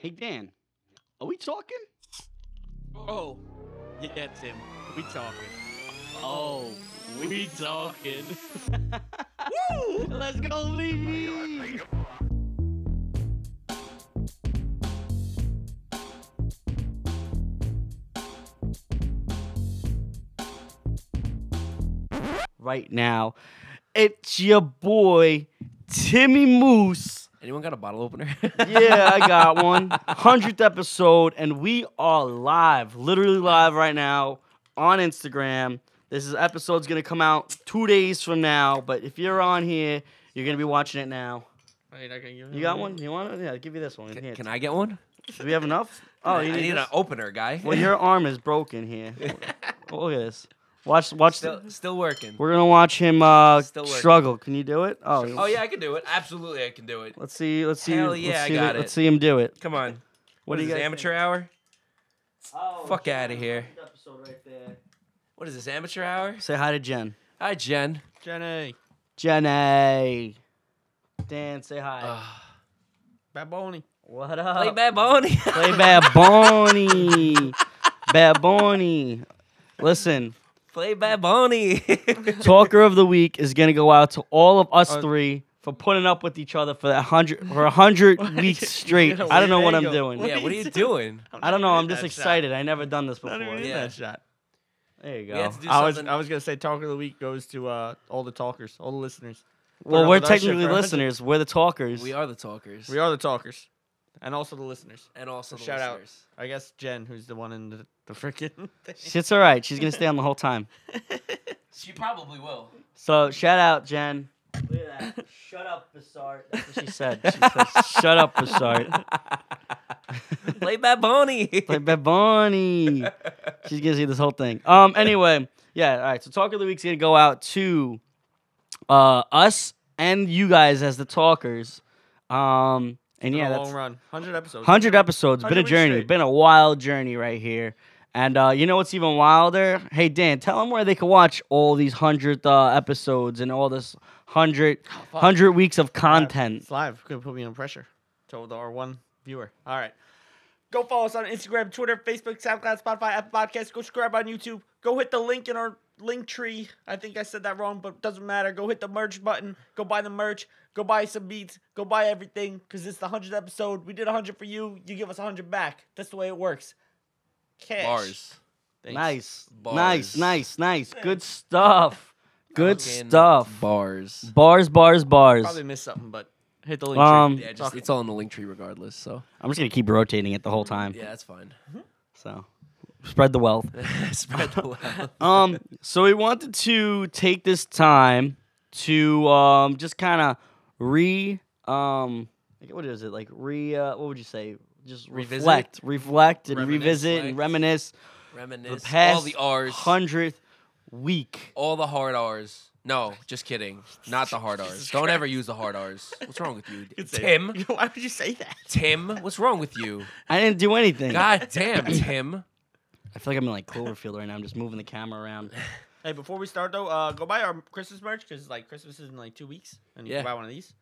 Hey Dan, are we talking? Oh, yeah, that's him. We talking. Oh, We talking. woo! Let's go, Lee. Right now, it's your boy Timmy Moose. Anyone got a bottle opener? yeah, I got one. 100th episode, and we are live, literally live right now on Instagram. This is episode's gonna come out two days from now, but if you're on here, you're gonna be watching it now. You got one? You want it? Yeah, I'll give you this one. Here. Can, can I get one? Do we have enough? Oh, you I need need, an this? opener, guy. Well, your arm is broken here. Oh, Look at this. Watch, watch. still, The, still working. we're gonna watch him uh, Still working. struggle. Can you do it? Oh, Oh yeah, I can do it. Absolutely, I can do it. Let's see. Let's see. Hell let's yeah, I see got the- it. Let's see him do it. Come on. What, do you is guys? this, think? amateur hour? Oh, Fuck shit, outta that's here. the episode right there. What is this amateur hour? Say hi to Jen. Hi, Jen. Jenny. Jenny. Dan, say hi. Baboni. what up? Play Bad Bunny. Uh, Play Bad Bunny. Bad Bunny. Listen, Play Bad Bunny. Talker of the Week is gonna go out to all of us Uh, three for putting up with each other for a hundred for a hundred weeks straight. I don't know what I'm There you go. doing. yeah, what are you doing? I don't know. I'm just excited. I never done this before. even- Yeah. that shot. There you We go. had to do I was something- I was gonna say talk of the week goes to uh, all the talkers, all the listeners. Well, up we're with our shit technically for a hundred. listeners. We're the talkers. We are the talkers. We are the talkers, and also the listeners. And also the Shout out. listeners. I guess Jen, who's the one in the, the freaking. Shit's all right. She's gonna stay on the whole time. She probably will. So shout out, Jen. Look at that. Shut up, Bassart. That's what she said. She said, Shut up, Bassart. Play Bad Bunny. Like Bad Bunny. She's gonna see this whole thing. Um. Anyway, yeah. All right. So talk of the week's gonna go out to, uh, us and you guys as the talkers. Um. And yeah, yeah, that's long run, hundred episodes. hundred episodes. Been 100 a weeks journey. straight. Been a wild journey right here. And uh, you know what's even wilder? Hey Dan, tell them where they can watch all these hundred uh, episodes and all this hundred fuck. hundred weeks of content. It's live. Could put me on pressure. Told our one viewer. All right. Go follow us on Instagram, Twitter, Facebook, SoundCloud, Spotify, Apple Podcasts. Go subscribe on YouTube. Go hit the link in our link tree. I think I said that wrong, but it doesn't matter. Go hit the merch button. Go buy the merch. Go buy some beats. Go buy everything because it's the 100th episode. We did 100 for you. You give us 100 back. That's the way it works. Cash. Bars. Nice, Thanks. nice, Bars. nice, nice. Good stuff. Good Fucking stuff. Bars. Bars, bars, bars. Probably missed something, but hit the link Um, tree. Yeah, just, Talk- it's all in the link tree regardless. So I'm just gonna keep rotating it the whole time. yeah, that's fine. So spread the wealth. Spread the love. um, so we wanted to take this time to um just kind of re um like, what is it like re uh, what would you say just Revisit? reflect reflect and Reminisce, revisit and like, reminisce Reminisce. the past all the R's. hundredth week. all the hard R's. No, just kidding. Not the hard R's. Don't ever use the hard R's. What's wrong with you, Good save. Tim? Why would you say that? Tim, what's wrong with you? I didn't do anything. God damn, Tim. I feel like I'm in like Cloverfield right now. I'm just moving the camera around. Hey, before we start though, uh, go buy our Christmas merch because like Christmas is in like two weeks, and you Yeah. can buy one of these.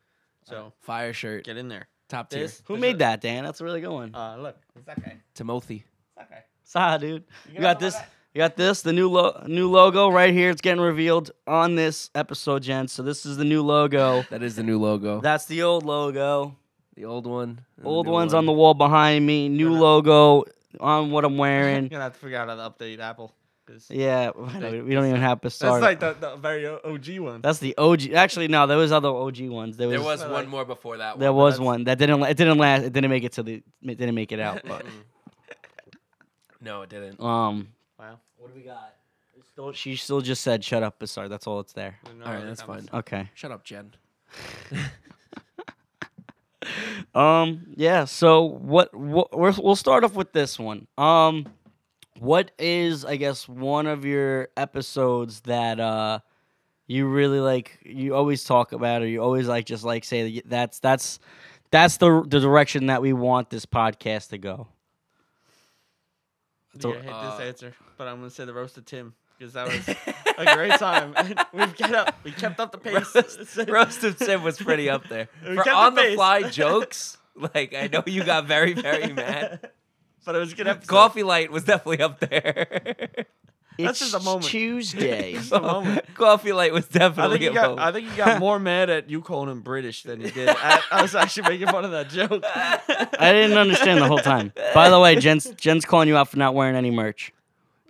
So Fire shirt, get in there. top tier. This Who there's made a- that, Dan? That's a really good one. Uh, look, it's that guy. Timothy. It's that guy. Saw, dude. You can got have this. that. You got this. The new lo- new logo right here. It's getting revealed on this episode, gents. So this is the new logo. That is the new logo. That's the old logo. the old one. and the Old new one's one. on the wall behind me. New logo on what I'm You're wearing. gonna have to figure out how to update Apple. 'cause yeah, I know, we don't even have That's Passard. like the, the very O- OG one. That's the OG. Actually, no, there was other OG ones. There was There was But, one like- more before that one. there was that's- one that didn't. la- It didn't last. It didn't make it to the. It didn't make it out. But No, it didn't. um, wow. What do we got? It's Still, she still just said, "Shut up, Bassard." That's all it's there. No All right, other that's comments. fine. Okay. Shut up, Jen. Um. Yeah. So what? What? We're, we'll start off with this one. Um. What is I guess one of your episodes that uh you really like? You always talk about, or you always like just like say that y- that's that's that's the the direction that we want this podcast to go. It's a- You're gonna hate uh, this answer, but I'm gonna say the roast of Tim because that was a great time. We've kept up. We kept up the pace. Roast, roast of Tim was pretty up there. We For kept the on the pace. fly jokes, Like I know you got very very mad. but it was a good episode. Coffee light was definitely up there. That's just a It's moment. Tuesday. Just a moment. Coffee light was I think definitely he a got. moment. I think he got more mad at you calling him British than he did. I, I was actually making fun of that joke. I didn't understand the whole time. By the way, Jen's Jen's calling you out for not wearing any merch.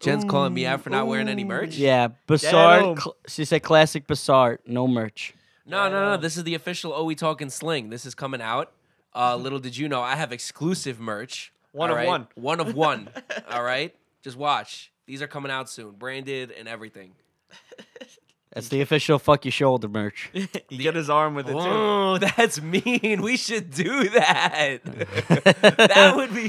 Jen's calling me out for not wearing any Ooh. merch. Yeah, Damn. Bassard. Cl- she said classic Bassard, no merch. No, Yeah, no, no. no. This is the official Oh We Talking Sling. This is coming out. Uh, little did you know, I have exclusive merch. One all of right? one. One of one. all right. Just watch. These are coming out soon, branded and everything. That's the official fuck your shoulder merch. He get his arm with it too. Oh, that's mean. We should do that. that would be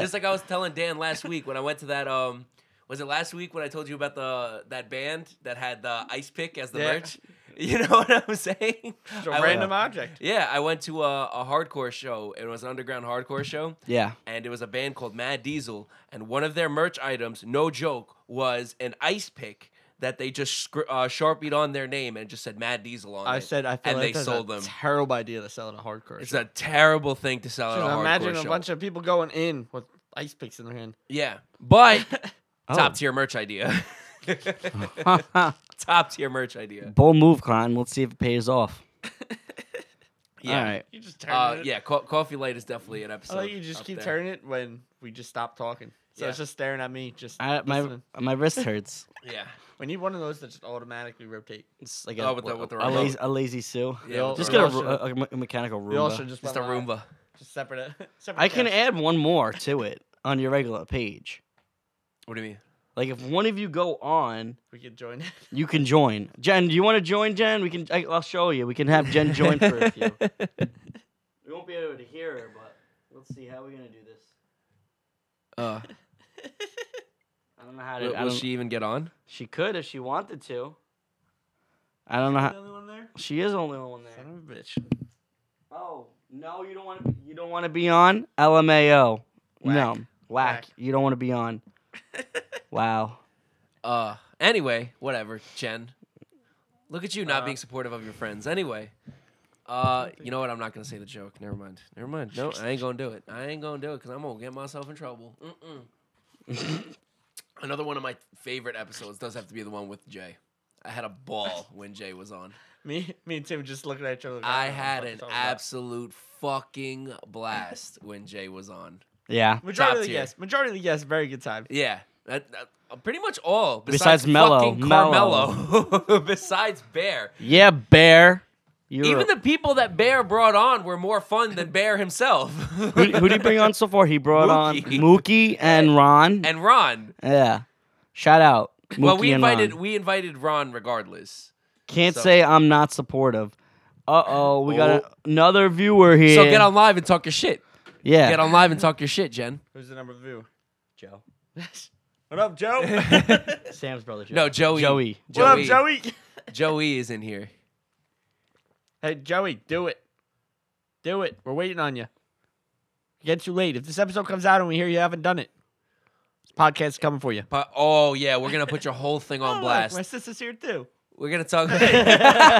Just like I was telling Dan last week when I went to that um was it last week when I told you about the that band that had the ice pick as the Yeah. merch? You know what I'm saying? It's a I went- random object. Yeah, I went to a, a hardcore show. It was an underground hardcore show, yeah. and it was a band called Mad Diesel. And one of their merch items, no joke, was an ice pick that they just scr- uh, sharpied on their name and just said Mad Diesel on it. I said I feel and like they that's sold a them. terrible idea to sell at a hardcore. It's show. a terrible thing to sell at a Just hardcore imagine a show. bunch of people going in with ice picks in their hand. yeah, but Oh. top tier merch idea. top tier merch idea. Bold move, Klein. Let's see if it pays off. Yeah. All right. You just turn Uh, it. yeah, co- coffee light is definitely an I episode. like you just up keep there. turning it when we just stop talking. So Yeah. it's just staring at me. Just I, my listening. my wrist hurts. Yeah, we need one of those that just automatically rotate. It's like Oh, a, with the- with the a, lazy, a remote. lazy Sue. yeah. with Just the get a, all remote. should- a, a me- a mechanical We also Roomba. just just a went live. Roomba. Just separate it. Separate I can add tabs. one more to it on your regular page. What do you mean? Like if one of you go on, We could join. you can join. Jen, do you want to join? Jen, we can. I, I'll show you. We can have Jen join for a few. We won't be able to hear her, but let's see how we're gonna do this. Uh, I don't know how to. will I will don't- she even get on? She could if she wanted to. I don't know the how. only one there. She is the only one there. Son of a bitch. Oh no, you don't want to. You don't want to be on LMAO. No, Whack. whack. Whack. You don't want to be on. wow. Uh, anyway, whatever, Jen. Look at you not Uh, being supportive of your friends. Anyway, uh, you know what? I'm not gonna say the joke. Never mind. Never mind. No, I ain't gonna do it. I ain't gonna do it because I'm gonna get myself in trouble. Mm-mm. Another one of my favorite episodes does have to be the one with Jay. I had a ball when Jay was on. Me, me and Tim just looking at each other. like, I don't know what the fuck you're had an talking about. absolute fucking blast when Jay was on. Yeah. majority of the tier. guests. Majority of the guests. Very good time. Yeah, that, that- uh, pretty much all Besides Mello, fucking Mello. Carmelo. besides Bear. Yeah, bear. You're Even the people that Bear brought on were more fun than Bear himself. who, who did he bring on so far? He brought Mookie. on Mookie and Ron. And Ron. yeah. Shout out. Mookie well, we and invited Ron. we invited Ron regardless. Can't so- say I'm not supportive. Uh oh, we got a- another viewer here. So get on live and talk your shit. Yeah. Get on live and talk your shit, Jen. Who's the number view? Joe. What up, Joe? Sam's brother. Joe. No, Joey. Joey. what up, Joey. Joey? Joey is in here. Hey, Joey, do it. Do it. We're waiting on you. Get too late. If this episode comes out and we hear you haven't done it, this podcast's coming for you. Po- oh yeah, we're gonna put your whole thing on blast. my sister's here too. We're gonna talk.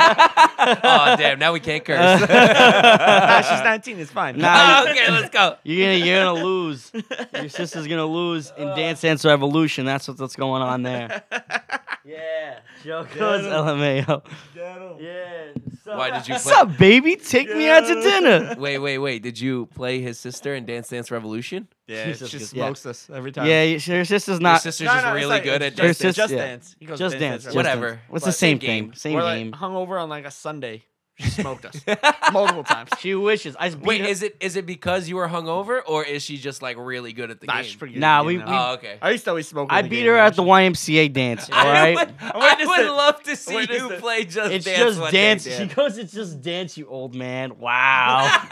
oh damn! Now we can't curse. Oh, nah, she's 19. It's fine. Nah, you- okay, let's go. you're gonna you're gonna lose. Your sister's gonna lose Uh. in Dance Dance Revolution. That's what, what's going on there. Yeah, Joe goes him. LMAO. Get Yeah. Why did you What's play? up, baby? Take me out to dinner. Wait, wait, wait! Did you play his sister in Dance Dance Revolution? yeah, Jesus, she yeah. smokes us every time. Yeah, your your sister's not. Your sister's just really good at Dance just- Dance. Dance. Just yeah. dance. He goes just to dance. Dance. just Dance. Whatever. Dance. It's But- the same Same thing. game. Same We're game. like hungover on like a Sunday. She smoked us multiple times. She wishes. I beat Wait, her- is it is it because you were hungover, or is she just like really good at the Nah, game? she's pretty good. Nah, You we- know. we- Oh, okay. I used to always smoke. I in beat game, her man. at the YMCA dance. All I right. would, I witnessed would it. love to see witnessed you it. play just It's dance. just one day, dance. Dan. She goes, it's just dance, you old man. Wow.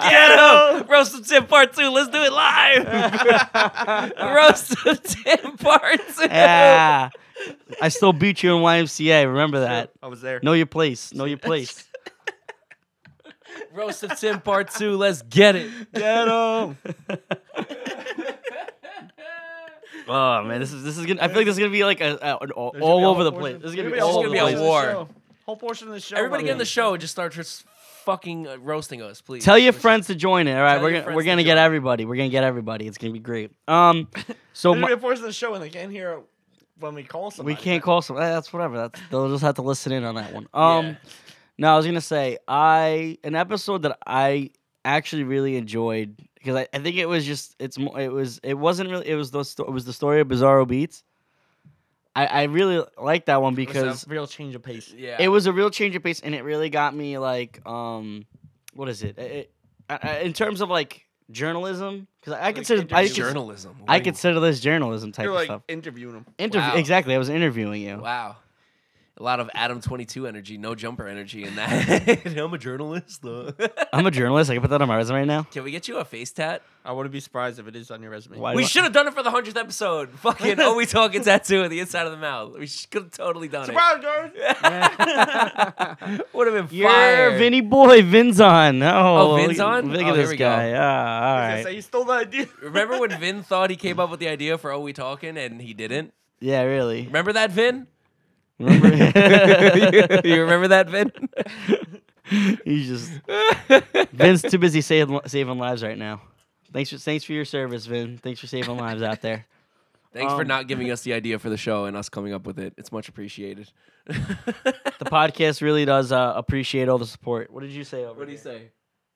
Get him! Roast of Tim Part 2. Let's do it live! Roast of Tim Part 2. yeah. I still beat you in YMCA. Remember that. I was there. Know your place. Know your place. Roast of Tim Part 2. Let's get it. Get him. Oh man, this is this is gonna. I feel like this is gonna be like a, a- an all, all There's gonna be a over whole the portion- place. This is gonna be there's all whole over the portion place. of the show. Whole portion of the show. Everybody about get in the me. show and just start just fucking uh, roasting us, please. Tell your We're- friends to join it. All right, Tell we're your gonna, friends we're to gonna get join. everybody. We're gonna get everybody. It's gonna be great. Um, so They're my- gonna be forced to the show and they can't hear it when we call somebody. we can't call some. eh, That's whatever. That's they'll just have to listen in on that one. Um, Yeah. no, I was gonna say I an episode that I actually really enjoyed because I, I think it was just it's mo- it was it wasn't really it was the sto- it was the story of Bizarro Beats. I I really like that one It was a because real change of pace. Yeah. it was a real change of pace and it really got me like um what is it, it, I- I- in terms of like journalism because i consider I, interview- consider journalism. I Ooh. consider this journalism type You're of like stuff interviewing them. Interview, wow. exactly i was interviewing you Wow. A lot of Adam 22 energy, no jumper energy in that. I'm a journalist. though. i'm a journalist i can put that on my resume right now Can we get you a face tat? I wouldn't be surprised if it is on your resume. Why- I we don't- should have done it for the 100th episode. Fucking, oh, we talking tattoo on the inside of the mouth. We could have totally done Surprise, guys! it. Would have been you're fire. vinny boy vinzon oh, Oh, look- Vinzon? look, Oh, at here this we go. guy yeah all I was gonna right say, you stole the idea. Remember when Vin thought he came up with the idea for Oh We Talking and he didn't? yeah really Remember that, Vin? Remember- you remember that, Vin? he's just Vin's too busy saving saving lives right now. Thanks for thanks for your service, Vin. Thanks for saving lives out there. Thanks for Um, not giving us the idea for the show and us coming up with it. It's much appreciated. The podcast really does uh, appreciate all the support. What did you say over what do you here? say?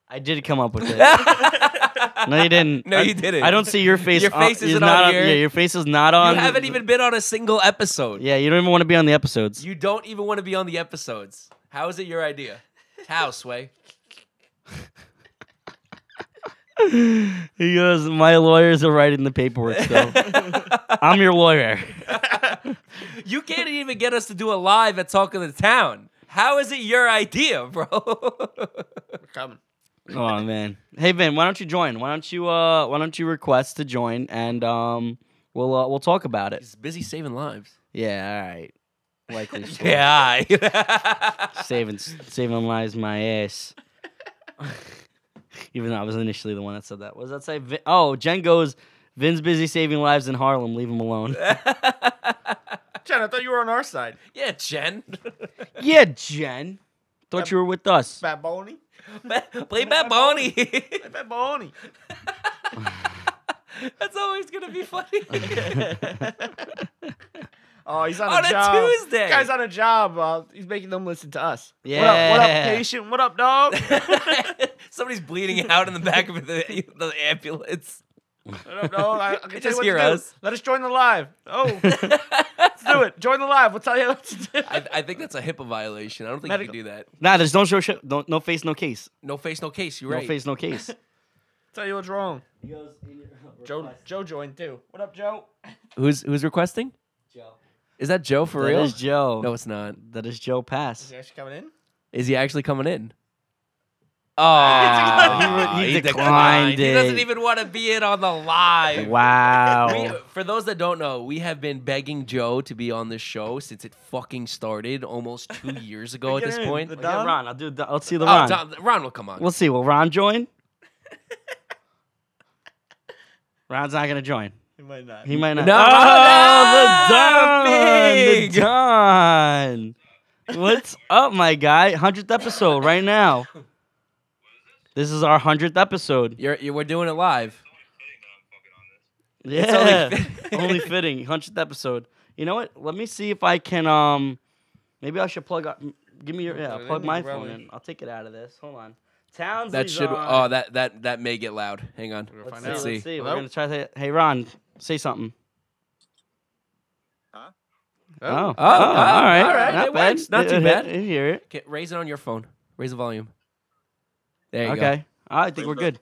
I did come up with it. No, you didn't. No, I- you didn't. I don't see your face. Your on- face is isn't not on here. Yeah, your face is not on. You haven't even been on a single episode. Um, Yeah, you don't even want to be on the episodes. You don't even want to be on the episodes. How is it your idea? How, Sway? he goes, my lawyers are writing the paperwork still. I'm your lawyer. You can't even get us to do a live at Talk of the Town. How is it your idea, bro? We're coming. Oh man. Hey Vin, why don't you join? Why don't you uh why don't you request to join and um we'll uh, we'll talk about it. He's busy saving lives. Yeah, all right. Likely so. Yeah. saving saving lives my ass. Even though I was initially the one that said that. What does that say? Vin- oh, Jen goes, Vin's busy saving lives in Harlem. Leave him alone. Jen, I thought you were on our side. yeah, Jen. yeah, Jen. Thought you were with us. Bad Boney. Play Bad Bunny. Bad Boney. That's always going to be funny. Oh, he's on, On a a job. Tuesday. Guy's on a job. Uh, he's making them listen to us. What up, what up Yeah. patient? What up, dog? Somebody's bleeding out in the back of the, the ambulance. what up, dog? I, I can tell you Just what hear to do. us. Let us join the live. Oh, let's do it. Join the live. We'll tell you what to do. I, I think that's a HIPAA violation. I don't think Medical- you can do that. Nah, there's don't show sh- don't, no face, no case. No face, no case. You're No right. face, no case. tell you what's wrong. Joe, Joe joined too. What up, Joe? Who's who's requesting? Is that Joe for That real? is Joe. No, it's not. that is Joe Is Pass. he actually coming in? Is he actually coming in? Oh, He re- he declined He doesn't it. even want to be in on the live. We- Wow. for those that don't know, we have been begging Joe to be on this show since it fucking started almost two years ago at Get this in, point. the Yeah, Don? Ron, I'll do. The, let's see the Oh, Ron. Don, Ron will come on. We'll see. Will Ron join? Ron's not gonna join. He might not. He might not. No, oh, the big. Don, the Don. What's up, my guy? Hundredth episode right now. This is our hundredth episode. You're, you we're doing it live. Yeah, only fitting. only fitting. Hundredth episode. You know what? Let me see if I can. Um, maybe I should plug. Up, give me your. Yeah, Plug it plug in, my you phone probably- in. I'll take it out of this. Hold on. Towns. That should. Oh, that that that may get loud. Hang on. We're Let's gonna see. Let's find out. see. We're Hello? gonna try to. Hey, Ron, say something. Oh, Oh. oh, all right, all right, Not it bad. works, not too You- bad. You hear it? Okay, raise it on your phone. Raise the volume. There you go. Okay. I think we're good.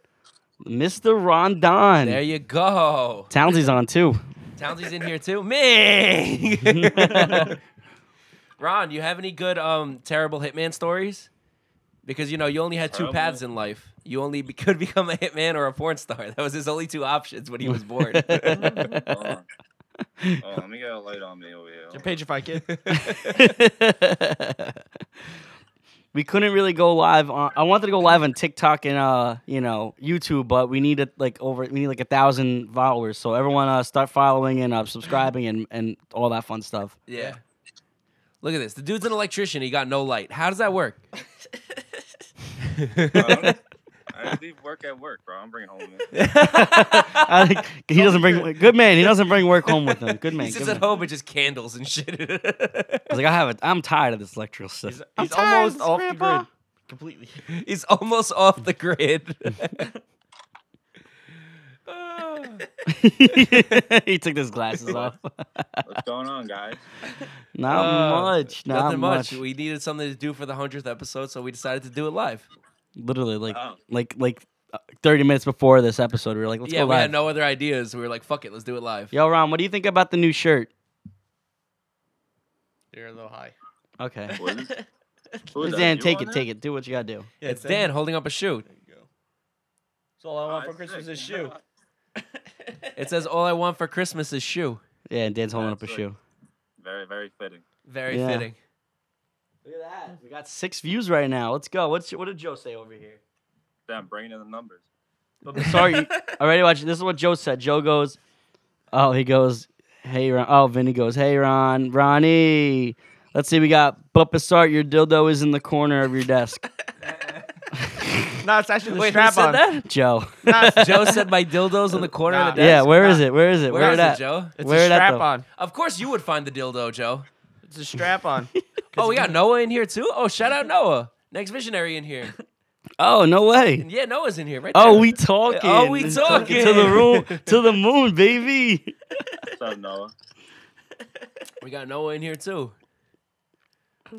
Mr. Ron Don. There you go. Townsy's on too. Townsy's in here too. Ming. Ron, you have any good um terrible hitman stories? Because you know you only had two Terrible? paths in life. You only be- could become a hitman or a porn star. That was his only two options when he was born. Hold on. Hold on, let me get a light on me over here. You're patrified, kid. we couldn't really go live on. I wanted to go live on TikTok and uh, you know, YouTube, but we needed like over. We need like a thousand followers. So everyone, uh, start following and uh, subscribing and and all that fun stuff. yeah. Look at this. The dude's an electrician. He got no light. How does that work? Bro, I don't- I leave work at work, bro. I'm bringing home. Man. I think he doesn't bring good man. He doesn't bring work home with him. Good man. he good sits at man. home with just candles and shit. I was like, I have it. I'm tired of this electrical stuff. He's, he's almost off the grid completely. He's almost off the grid. Ah. he took his glasses off. What's going on, guys? Not Uh, much. Not Nothing much. much. We needed something to do for the hundredth episode, so we decided to do it live. Literally, like, Oh. like, like, uh, thirty minutes before this episode, we were like, let's yeah, go we live. had no other ideas. We were like, "Fuck it, let's do it live." Yo, Ron, what do you think about the new shirt? You're a little high. Okay. What is- who is that? Dan, You take on it, that? take it. Do what you gotta do. Yeah, it's Dan holding up a shoe. There you go. So all I want Oh, for that's Christmas sick. is shoe. It says, "All I want for Christmas is shoe." Yeah, and Dan's holding up a That's shoe. Very, very fitting. Very Yeah. fitting. Look at that. We got six views right now. Let's go. What's what did Joe say over here? Damn, bringing in the numbers. Sorry, already watching. This is what Joe said. Joe goes, oh, he goes, hey Ron. Oh, Vinny goes, hey Ron, Ronnie. Let's see, we got Buppasart. Your dildo is in the corner of your desk, No, it's actually the Wait, who strap said on. that? Joe. Joe said my dildos on the corner of the Nah. desk. yeah, where is not- it? Where is it? Where Where is it it, at? Joe? It's Where a it at, strap though? on. Of course, you would find the dildo, Joe. It's a strap on. Oh, we got Noah in here too. Oh, shout out Noah. Next visionary in here. Oh, no way. Yeah, Noah's in here right Oh, there. we talking. Oh, we to the talking. room, to the moon, baby. What's up, Noah? we got Noah in here too.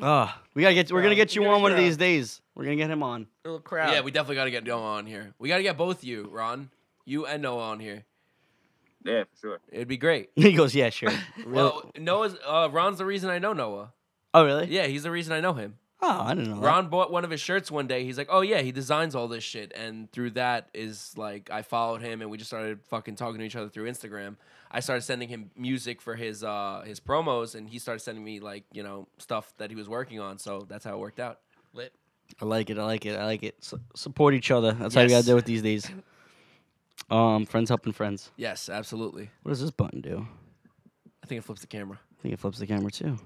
Ah, we gotta get. We're gonna get you Yeah, on one of yeah. these days. We're gonna get him on. Little crowd. Yeah, we definitely got to get Noah on here. We got to get both you, Ron, you and Noah on here. Yeah, for sure. It'd be great. He goes, yeah, sure. Really? Well, Noah's uh, Ron's the reason I know Noah. oh, really? Yeah, he's the reason I know him. Oh, I didn't know. that. Ron bought one of his shirts one day. He's like, "Oh yeah, he designs all this shit." And through that is like I followed him and we just started fucking talking to each other through Instagram. I started sending him music for his uh his promos and he started sending me like, you know, stuff that he was working on. So that's how it worked out. I like it. I like it. I like it. Su- support each other. That's how you Yes. gotta do it these days. Um, friends helping friends. Yes, absolutely. What does this button do? I think it flips the camera. I think it flips the camera too.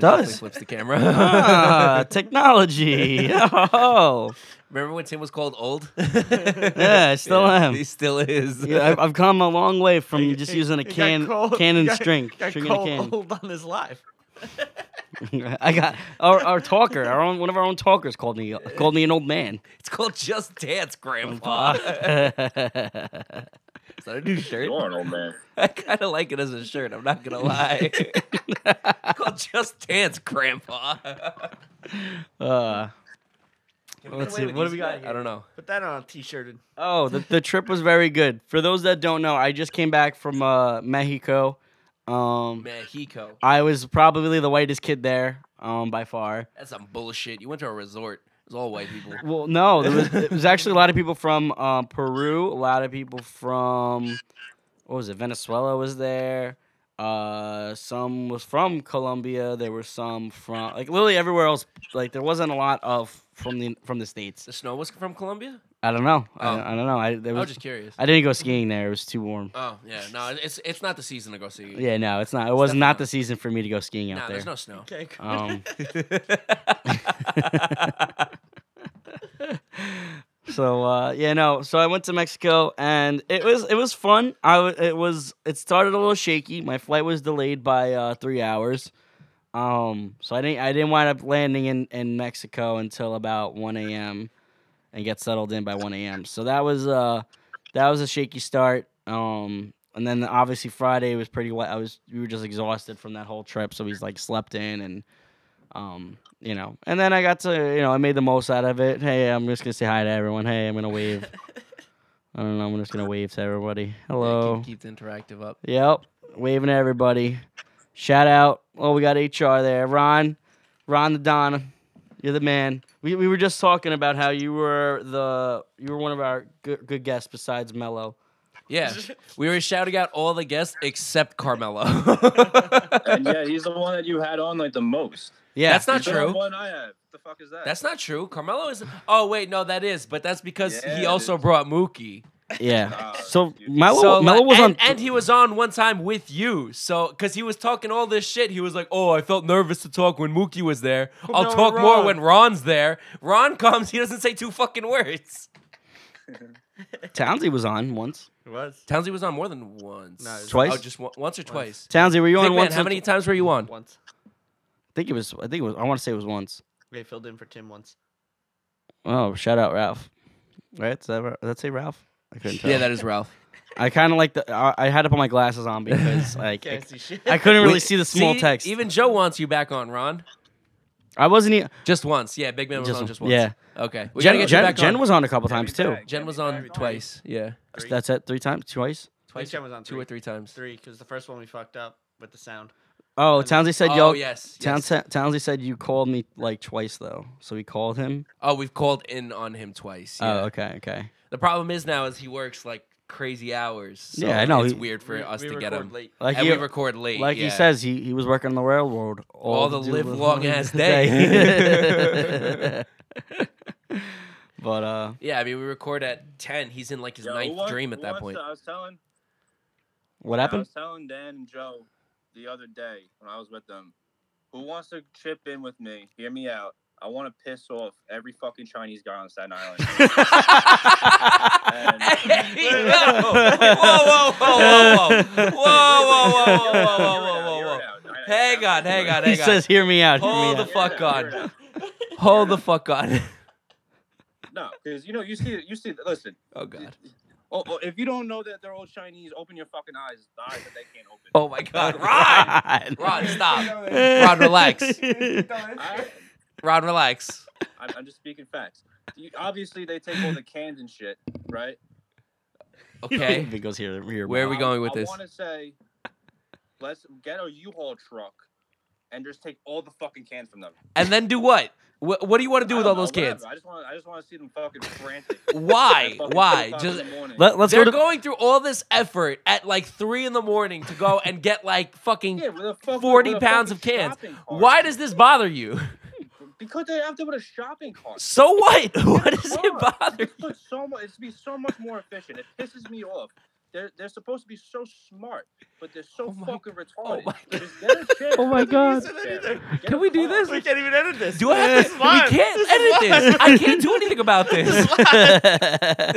Does. definitely flips the camera. Ah, technology. Oh, Remember when Tim was called old? yeah, I still am. He still is. Yeah, I've, I've come a long way from It- just it- using a it got can, cold- can and got- string, Got string cold and a old on his life. can. I got our, our talker, our own, one of our own talkers called me called me an old man. It's called Just Dance, Grandpa. That's Is that a new shirt? You're an old man. I kind of like it as a shirt. I'm not gonna lie. Called Just Dance, Grandpa. uh, Get Let's away see, with what do these we got guys. I don't know. Put that on a t-shirt. And Oh, the, the trip was very good. For those that don't know, I just came back from uh, Mexico. Um, Mexico. I was probably the whitest kid there um, by far. That's some bullshit. You went to a resort. It was all white people. Well, no, there was, it was actually a lot of people from uh, Peru, a lot of people from, what was it, Venezuela was there. Uh, some was from Colombia. There were some from like literally everywhere else. Like there wasn't a lot of from the from the states. The snow was from Colombia. I don't know. Oh. I, I don't know. I there I was was, just curious. I didn't go skiing there. It was too warm. Oh yeah, no, it's it's not the season to go see. Yeah, no, it's not. It was not definitely- the season for me to go skiing nah, out there's there. no snow. okay, cool. Um, so uh, yeah, no. So I went to Mexico and it was it was fun. I w- it was it started a little shaky. My flight was delayed by uh, three hours. Um, so I didn't I didn't wind up landing in in Mexico until about one a.m. and get settled in by one a.m. So that was uh that was a shaky start. Um, and then obviously Friday was pretty. wa- I was we were just exhausted from that whole trip, so we like slept in and um, you know. And then I got to you know I made the most out of it. Hey, I'm just gonna say hi to everyone. Hey, I'm gonna wave. I don't know. I'm just gonna wave to everybody. Hello. keep, keep the interactive up. Yep, waving to everybody. Shout out. Oh, we got HR there. Ron, Ron the Don, you're the man. We, we were just talking about how you were the you were one of our good, good guests besides Mello. Yeah, we were shouting out all the guests except Carmelo. And yeah, he's the one that you had on like the most. Yeah, That's not He's the only true. One I have. What the fuck is that? That's not true. Carmelo is. Oh wait, no, that is. But that's because Yeah, he it also is. brought Mookie. Yeah. Nah, So you- Mello, so Mello was and, on. and he was on one time with you. So because he was talking all this shit, he was like, "Oh, I felt nervous to talk when Mookie was there. I'll no, talk more Ron." when Ron's there. Ron comes, he doesn't say two fucking words. Townsley was on once, It was. Townsley was on more than once, No, it's- twice. Oh, just one, once or twice. Townsley, were you Big on man, once? how or- many times were you on? Once. I think it was. I think it was. I want to say it was once. They filled in for Tim once. Oh, shout out Ralph. Right? Does that, Ra- does that say Ralph? I couldn't tell. Yeah, that is Ralph. I kind of like the. I, I had to put my glasses on because like Can't I, see shit. I couldn't really Wait, see the small see, text. Even Joe wants you back on, Ron. I wasn't even. Just once. Yeah, Big Man was Just on one- just once. yeah. Okay. We Jen, gotta get you Jen, back Jen on. was on a couple Get me times too. back, Jen get was me on back twice. Yeah. Three. That's it. Three times. Twice. Twice. Jen was on two or three times. Three, because the first one we fucked up with the sound. Oh, Townsley said oh, y'all. yes. yes. Towns- Townsley said you called me like twice though, so we called him. Oh, we've called in on him twice. Yeah. Oh, okay, okay. The problem is now is he works like crazy hours. So Yeah, I know, It's he- weird for We- us we to get record him. late. Like and he, we record late. like he yeah. says, he, he was working on the railroad all, All the live long ass day. but uh, Yeah, I mean, we record at 10. He's in like his Yo, who ninth wants- dream at who that wants point. to- I was telling. what I happened? was telling Dan and Joe the other day when I was with them, who wants to chip in with me? Hear me out. I want to piss off every fucking Chinese guy on Staten Island. And- Hey, yo! Whoa, whoa, whoa, whoa, whoa. Whoa, whoa, whoa, whoa, whoa, whoa, whoa, whoa, whoa. Hang on, hang on, He hang on. says, "Hear me out." Hear me Hold the out." fuck on. Hold the fuck on. No, because you know you see you see. Listen, Oh, God. oh, oh, if you don't know that they're all Chinese, open your fucking eyes. It's The eyes that they can't open. Oh, my God. Ron! Ron, stop. Ron, relax. I, Ron, relax. I'm, I'm just speaking facts. You, obviously, they take all the cans and shit, right? Okay. He goes here. here Where are we Um, I- going with this? I want to say, let's get a U-Haul truck and just take all the fucking cans from them. And then do what? What, what do you want to do I with all don't those know, kids? whatever. I just want, I just want to see them fucking frantic. Why? Fucking Why? 2:00 in Just the morning. Let, us go they're to. going through all this effort at like three in the morning to go and get like fucking Yeah, with a fucking- forty with a pounds of fucking cans. shopping cart. Why does this bother you? Because they have to put a shopping cart. So what? What does it Car. bother? It's put so much. It's be so much more efficient. It pisses me off. They're they're supposed to be so smart, but they're so Oh my- fucking oh retarded. my Just get a chair. Oh my God. Get Can a we do car. this? We can't even edit this. Do I have This to? is We live. can't This is edit this. live. I can't do anything about this. This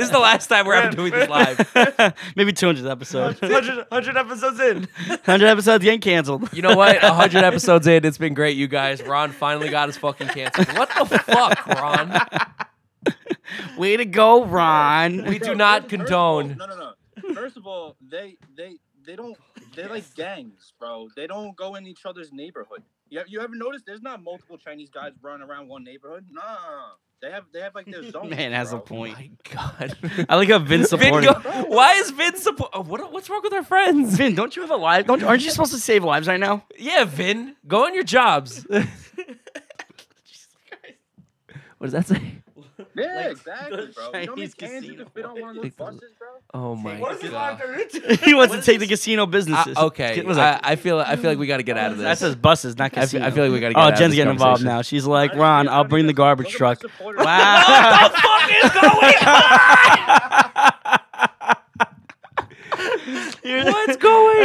is the last time we're ever Man, doing this man. live. Maybe 200 episode. 100, 100 episodes in. 100 episodes getting canceled. You know what? A hundred episodes in, it's been great, you guys. Ron finally got his fucking cancer. What the fuck, Ron? Way to go, Ron. We do Bro, not first- first of condone. all- no, no, no. First of all, they they they don't. They're like gangs, bro. They don't go in each other's neighborhood. You, you ever noticed? There's not multiple Chinese guys running around one neighborhood. Nah, they have they have like their zones. Man has a bro. point. My God. I like how Vin's Vin supporting. go- why is Vin support? What, what's wrong with our friends? Vin, don't you have a life? Don't aren't you supposed to save lives right now? Yeah, Vin, go on your jobs. what does that say? Yeah, Like, exactly, the bro. You know how many Chinese cans you casino can fit on one of those Like the- buses, bro? Oh my What is it live god. to he wants to is take the casino businesses. I- okay, What was that? I, I feel I feel like we got to get out of this. that says buses, not I, feel, casino. I feel like we got to get out oh, of Jen's this getting involved conversation. now. She's like, Ron, I'll bring the garbage Look at my truck. supporters. Wow. What the fuck is going on? What's going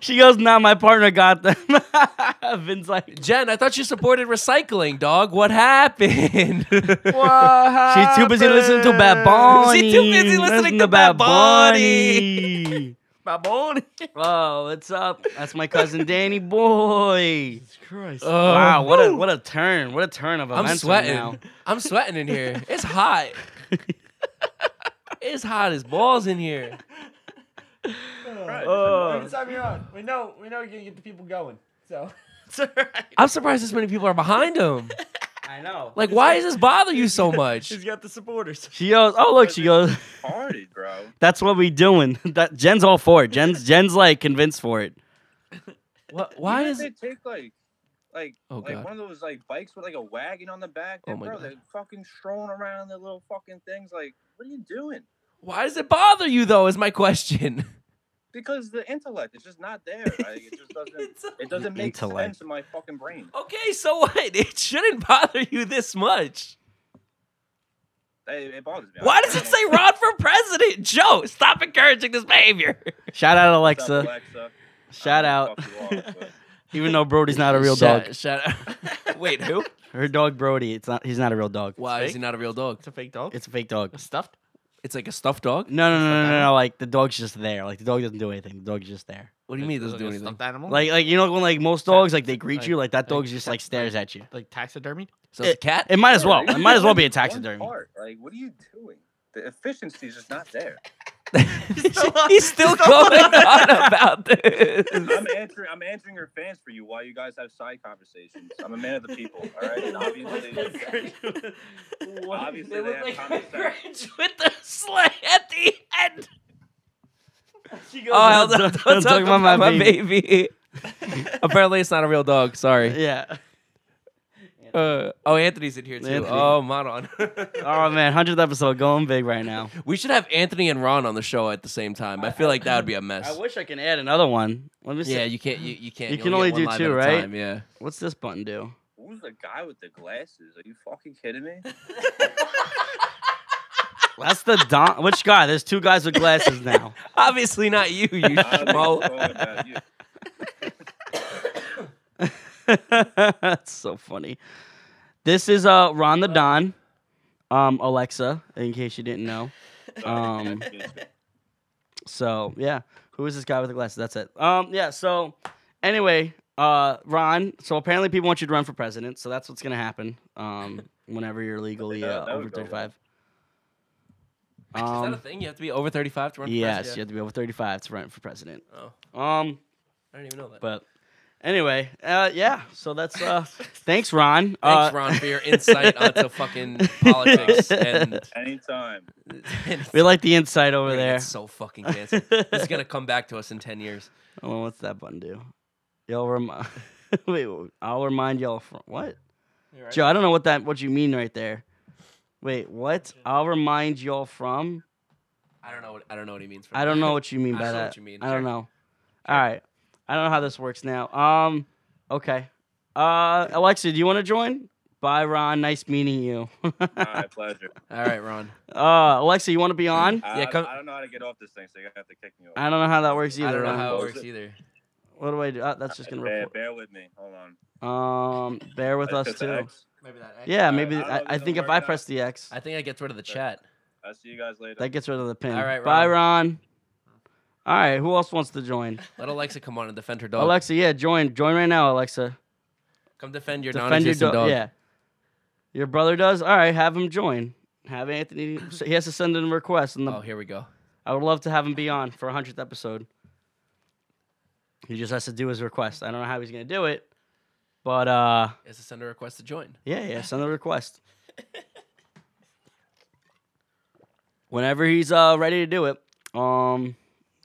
she goes, nah, my partner got them. Vin's like, Jen, I thought you supported recycling, dog. What happened? she's too busy listening to Bad Bunny. She's too busy listening Listen to Bad Bunny. My bone. oh, what's up? That's my cousin Danny Boy. Christ. wow, what a what a turn! What a turn of Oh, I'm events right sweating. now. I'm sweating in here. It's hot. it's hot as balls in here. Right. Oh. Every time you're on, we know we know you're gonna get the people going. So it's alright. I'm surprised this many people are behind him. I know. Like, why does this bother you so much? She's got the supporters. She goes, oh look, she goes, Retarded, bro. that's what we doing. That Jen's all for it. Jen's Jen's like convinced for it. What, why Even if is it? they take like like Oh, like God. one of those like bikes with like a wagon on the back? Oh, That, my bro, God. they're fucking strolling around their little fucking things. Like, what are you doing? Why does it bother you though? Is my question. Because the intellect is just not there. Like, it just doesn't. It's- It doesn't make Intellect. sense in my fucking brain. okay, so what? It shouldn't bother you this much. It, it bothers me. Why does it say Ron for president? Joe, stop encouraging this behavior. Shout out What's up, Alexa. Alexa? Shout I don't out. know who the fuck you are, but- Even though Brody's not a real Shout- dog, Shout out. Wait, who? her dog Brody. It's not. He's not a real dog. Why is he fake? not a real dog? It's a fake dog. It's a fake dog. It's stuffed. It's like a stuffed dog. No, no, no, no, no, no. Like the dog's just there. Like the dog doesn't do anything. The dog's just there. What do you mean it It's doesn't do like a anything? Stuffed animal. Like, like you know when like most dogs like they greet Like- you like that dog like- just like stares at you. like taxidermied. So it's a cat. It might as Yeah, well. you It might as well be a only one taxidermy. part. Like, what are you doing? The efficiency is just not there. He's still going on about this. I'm answering. I'm answering your fans for you while you guys have side conversations. I'm a man of the people. All right. And obviously, obviously they have common sense. with the sleigh at the end. "Don't- Oh, do don't- don't, don't talk about my, baby. Apparently, it's not a real dog. Sorry. Yeah. Uh, oh, Anthony's in here too. Anthony. Oh, Maron. Oh man, hundredth episode going big right now. we should have Anthony and Ron on the show at the same time. I feel like that would be a mess. wish I can add another one. Let me see. Yeah, you can't. You, you can't. You you can only only do get one live two, at a right? time, Yeah. What's this button do? Who's the guy with the glasses? Are you fucking kidding me? That's the Don. Which guy? There's two guys with glasses now. Obviously not you, you I don't know what's wrong schmo. about you. That's so funny. This is uh Ron the Don, um Alexa, in case you didn't know. Um, so yeah, who is this guy with the glasses? That's it. Um, yeah. So anyway, uh, Ron. So apparently people want you to run for president. So that's what's gonna happen. Um, whenever you're legally that- uh, that would over go 35. well. Is that a Um, thing? You have to be over thirty-five to run. for yes, president? you have to be over 35 to run for president. Oh, Um, I didn't even know that. but anyway, uh, yeah. So that's uh, thanks, Ron. Thanks, Uh, Ron, for your insight onto fucking politics and. Anytime. and We like the insight over We're gonna there. get so fucking canceled. this is gonna come back to us in ten years. Oh, what's that button do? Y'all remind. Wait, wait, I'll remind y'all from what? Joe, I don't know what that what you mean right there. Wait, what? I'll remind y'all from. I don't know. What, I don't know what he means. For I don't know what you mean I by don't know that. what you mean. I don't Sure. know. All right, I don't know how this works now. Um, okay. Uh, Alexa, do you want to join? Bye, Ron. Nice meeting you. My pleasure. All right, Ron. uh, Alexa, you want to be on? I, Yeah, come- I don't know how to get off this thing, so you're gonna have to kick me off. I don't know how that works I either. don't know Ron. how it Close works it. either. What do I do? Oh, that's just gonna bear, report. bear with me. Hold on. Um, bear with I us hit the too. X. Maybe that. Yeah, Alright, maybe I don't know I, if I it's think gonna if I work press the X, I think I gets rid of the Sure. chat. I'll see you guys later. that gets rid of the pin. All right, Bye, Ron. All right, who else wants to join? Let Alexa come on and defend her dog. Alexa, yeah, join, join right now, Alexa. come defend your Defend your non-existent dog. dog. Yeah, your brother does. All right, have him join. Have Anthony. so he has to send in a request, and the, Oh, here we go. I would love to have him be on for a hundredth episode. He just has to do his request. I don't know how he's gonna do it, but uh, It's a sender request to join. Yeah, yeah, send a request. Whenever he's uh, ready to do it, um,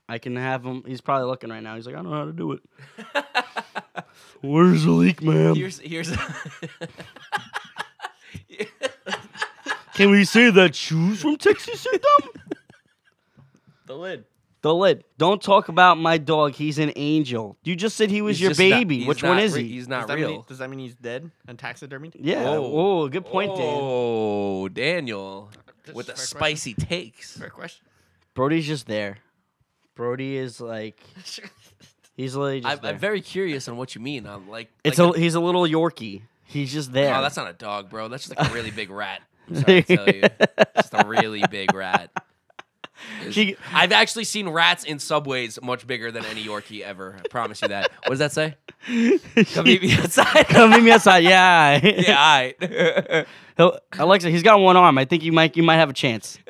I can have him. He's probably looking right now. He's like, I don't know how to do it. Where's the leak, ma'am? Here's here's. Can we say that shoes from Texas A&M? The lid. The lid. Don't talk about my dog. He's an angel. You just said he was He's your just not- baby. he's Which not one is re- he? He's not does that Mean, real. he- does that mean he's dead and taxidermied? Yeah. Whoa. Oh, good point, Dan. Oh, Daniel, Just with the fair question. spicy takes. Fair question. Brody's just there. Brody is like, he's literally just I, there. I'm very curious on what you mean. I'm like, it's like a, he's a little Yorkie. He's just there. Oh, that's not a dog, bro. That's just like a really big rat. I'm sorry to tell you. It's just a really big rat. She- I've actually seen rats in subways much bigger than any Yorkie ever. I promise you that. What does that say? Come meet me outside. Come meet me outside. Yeah. yeah, all He'll- Alexa, he's got one arm. I think you might you might have a chance.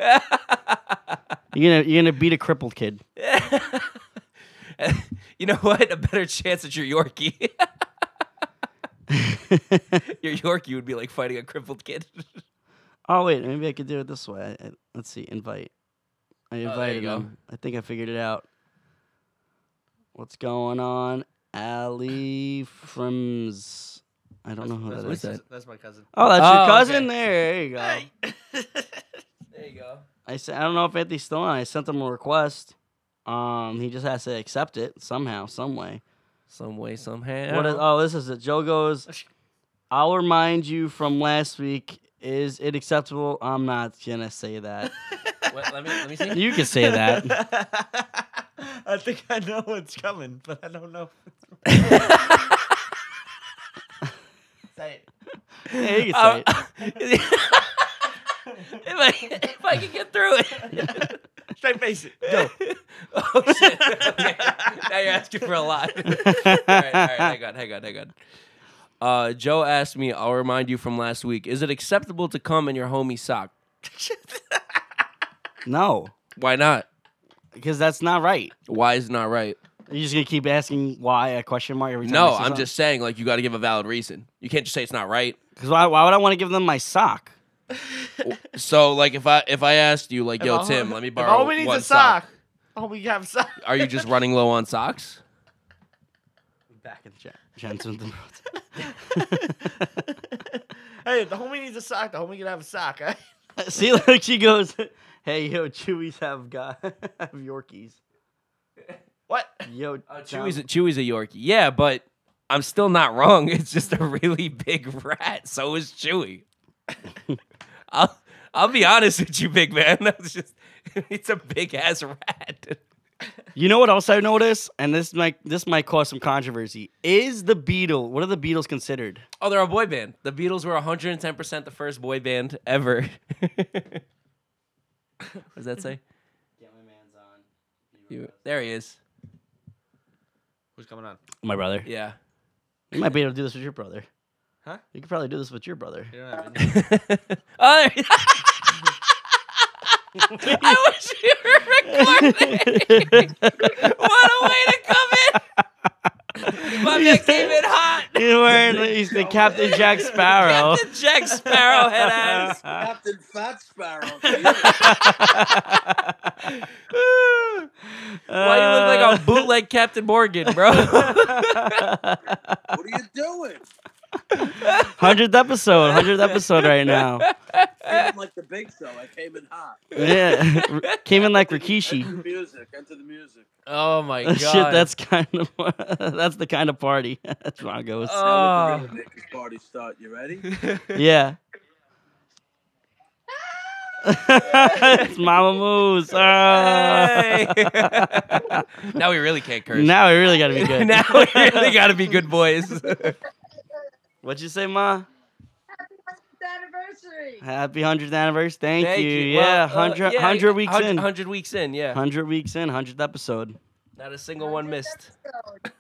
You're gonna you're gonna beat a crippled kid. right. you know what? A better chance at your Yorkie. your Yorkie would be like fighting a crippled kid. oh wait, maybe I could do it this way. I, I- let's see. Invite. I there invited you go. him. I think I figured it out. What's going on, Ali Frims? I don't know who that is. That's, that's my cousin. Oh, that's your Oh, cousin. okay. There, there you go. Oh. There you go. I sent, I don't know if Anthony's still on. I sent him a request. Um, he just has to accept it somehow, some way. Some way, somehow. What is, oh, this is it. Joe goes, I'll remind you from last week. Is it acceptable? I'm not gonna say that. What, let me let me see. you can say that. I think I know what's coming, but I don't know. Say it. Yeah, you can say Uh, it. if I if I can get through it. Straight face it. Go. oh shit. Okay. Now you're asking for a lot. all right, all right, hang on, hang on, hang on. Uh, Joe asked me, I'll remind you from last week, is it acceptable to come in your homie sock? No, Why not? because that's not right. Why is it not right? You're just gonna keep asking why a question mark every time. No, I'm just saying, like, you got to give a valid reason. You can't just say it's not right. because why, why would I want to give them my sock? So, like, if I if I asked you, like, yo, all- Tim, let me if borrow all we need one is a sock. All we have is a sock. Are you just running low on socks? Back in the chat, gents with the hey, if the homie needs a sock. The homie can have a sock. eh? See, look, she goes, "Hey, yo, Chewies have got have Yorkies." What? Yo, Oh, Chewy's a, John- Chewy's a Yorkie. Yeah, but I'm still not wrong. It's just a really big rat. So is Chewy. I'll, I'll be honest with you, big man. That's just, it's a big ass rat. You know what else I noticed, and this might this might cause some controversy. Is the Beatles? What are the Beatles considered? Oh, they're a boy band. The Beatles were 110% the first boy band ever. what does that say? Get my man's on. You- there he is. Who's coming on? My brother. Yeah. You might be able to do this with your brother. Huh? You could probably do this with your brother. You don't have any. oh, there- I wish you were recording. what a way to come in. My man came in hot. He's wearing he's the Captain Jack Sparrow. Captain Jack Sparrow head ass. Captain Fat Sparrow. Why you look like a bootleg Captain Morgan, Uh, bro? what are you doing? hundredth episode, hundredth episode right now. Feeling like the big show. I came in hot. Yeah, came in like Enter the Rikishi. music. Enter the music. oh my god. Shit, that's kind of that's the kind of party. that's where I goes. Oh. Now Ah. let the real Nick's party start. You ready? Yeah. it's Mama Moose. Hey. Ah. now we really can't curse. now we really gotta be good. now we really gotta be good boys. What'd you say, Ma? Happy 100th anniversary. Happy hundredth anniversary. Thank, Thank you. you. Yeah, Well, uh, hundred yeah, hundred weeks 100 in. 100 weeks in, yeah. Hundred weeks in, hundredth episode. Not a single one 100th missed. episode.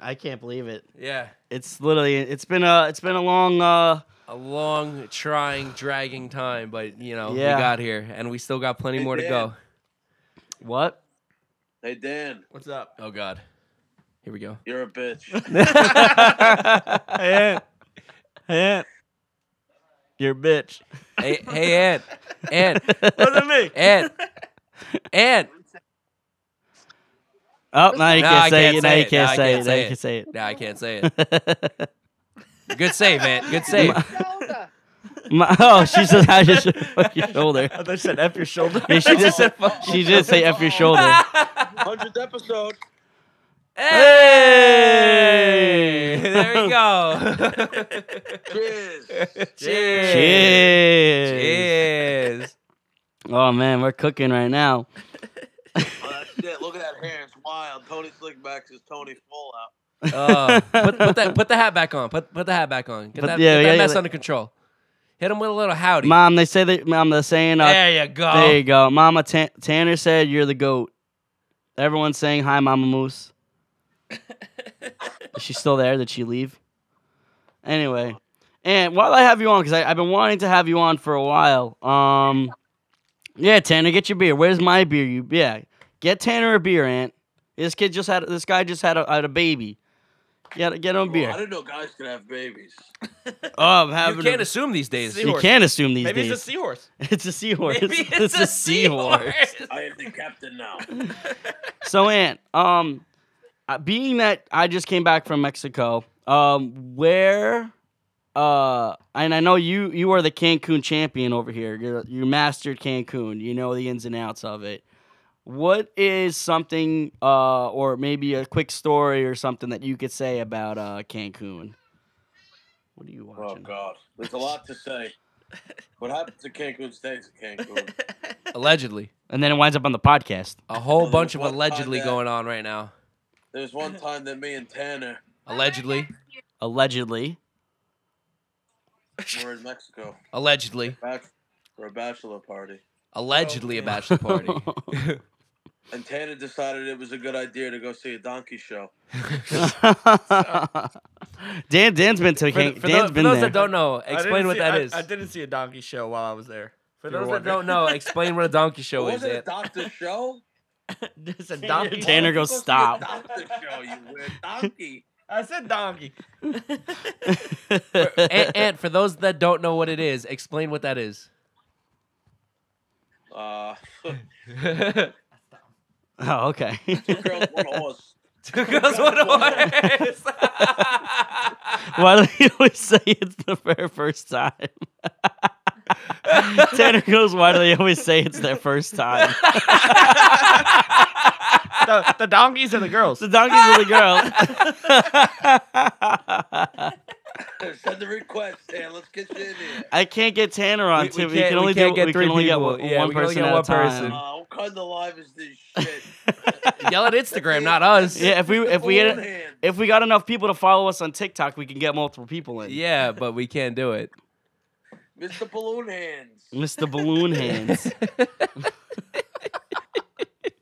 I can't believe it. Yeah. It's literally it's been a it's been a long uh A long, trying, dragging time, but you know, Yeah. we got here and we still got plenty We more to did. go. what? Hey Dan, What's up? Oh god. Here we go. you're a bitch. Hey, Ant. Hey, Ant. You're a bitch. hey, hey Ant. Ant. Look at me. Ant. Ant. Oh, now you No, can't I say can't it. Now say you it. can't No, I say it. Now can't say you it. can say it. Nah, I can't say it. Good save, Ant. Good save. Zelda. My, oh, she says how you should fuck your shoulder. I thought you said F your shoulder. Yeah, she just said she did say F your shoulder. Hundredth episode. hey! There we go. Cheers. Cheers. Cheers. Cheers. Oh man, we're cooking right now. Oh, that's it. Look at that hair. It's wild. Tony Slickback is Tony Full out. Uh, put, put that put the hat back on. Put put the hat back on. Get But that, yeah, get that yeah, mess yeah. under control. Hit him with a little howdy. Mom, they say that mom they're saying uh, there you go. there you go. Mama Tan Tanner said you're the goat. Everyone's saying hi, Mama Moose. Is she still there? Did she leave? Anyway. And while I have you on, because I've been wanting to have you on for a while. Um Yeah, Tanner, get your beer. Where's my beer? You yeah. Get Tanner a beer, Aunt. This kid just had this guy just had a, had a baby. Get get him a I beer. didn't know guys could have babies. Oh, I'm you having can't a, assume these days. See- you can't assume these Maybe days. it's a seahorse. It's a seahorse. Maybe it's, a seahorse. I am the captain now. so Ant, um, uh, being that I just came back from Mexico, um, where, uh, and I know you you are the Cancun champion over here. You're, you mastered Cancun. You know the ins and outs of it. What is something, uh, or maybe a quick story or something that you could say about uh, Cancun? What are you Oh watching? God, there's a lot to say. What happens in Cancun stays in Cancun. Allegedly, and then it winds up on the podcast. a whole bunch of What- allegedly uh, going on right now. There's one time that me and Tanner Allegedly, Allegedly. were in Mexico allegedly, back for a bachelor party, allegedly a bachelor party. and Tanner decided it was a good idea to go see a donkey show. Dan Dan's been to For, Can- Dan's th- for tho- for been those there. that don't know, I didn't explain what see- that I- is. I didn't see a donkey show while I was there. For those that don't know, explain what a donkey show was is. it a Ant. doctor show? it's a donkey. Tanner Why would you goes, go see a "Stop." Doctor show, you weird donkey. I said donkey. Ant, Ant, for those that don't know what it is, explain what that is. Uh, oh, okay. two girls, one horse. Two girls, one horse. Why do you always say it's the very first time? Tanner goes, why do they always say it's their first time? The, the donkeys are the girls. The donkeys are the girl. Send the request, Tanner. Let's get you in here. I can't get Tanner on We- we too. We, can't- can we only can't do, get we three can only get people. one, Yeah, one we can only person get at one a time. person. Uh, what kind of live is this shit? Yell at Instagram, not us. Yeah, if we if we Hold had, hand. if we got enough people to follow us on TikTok, we can get multiple people in. Yeah, but we can't do it. Mr. Balloon Hands. Mr. Balloon Hands.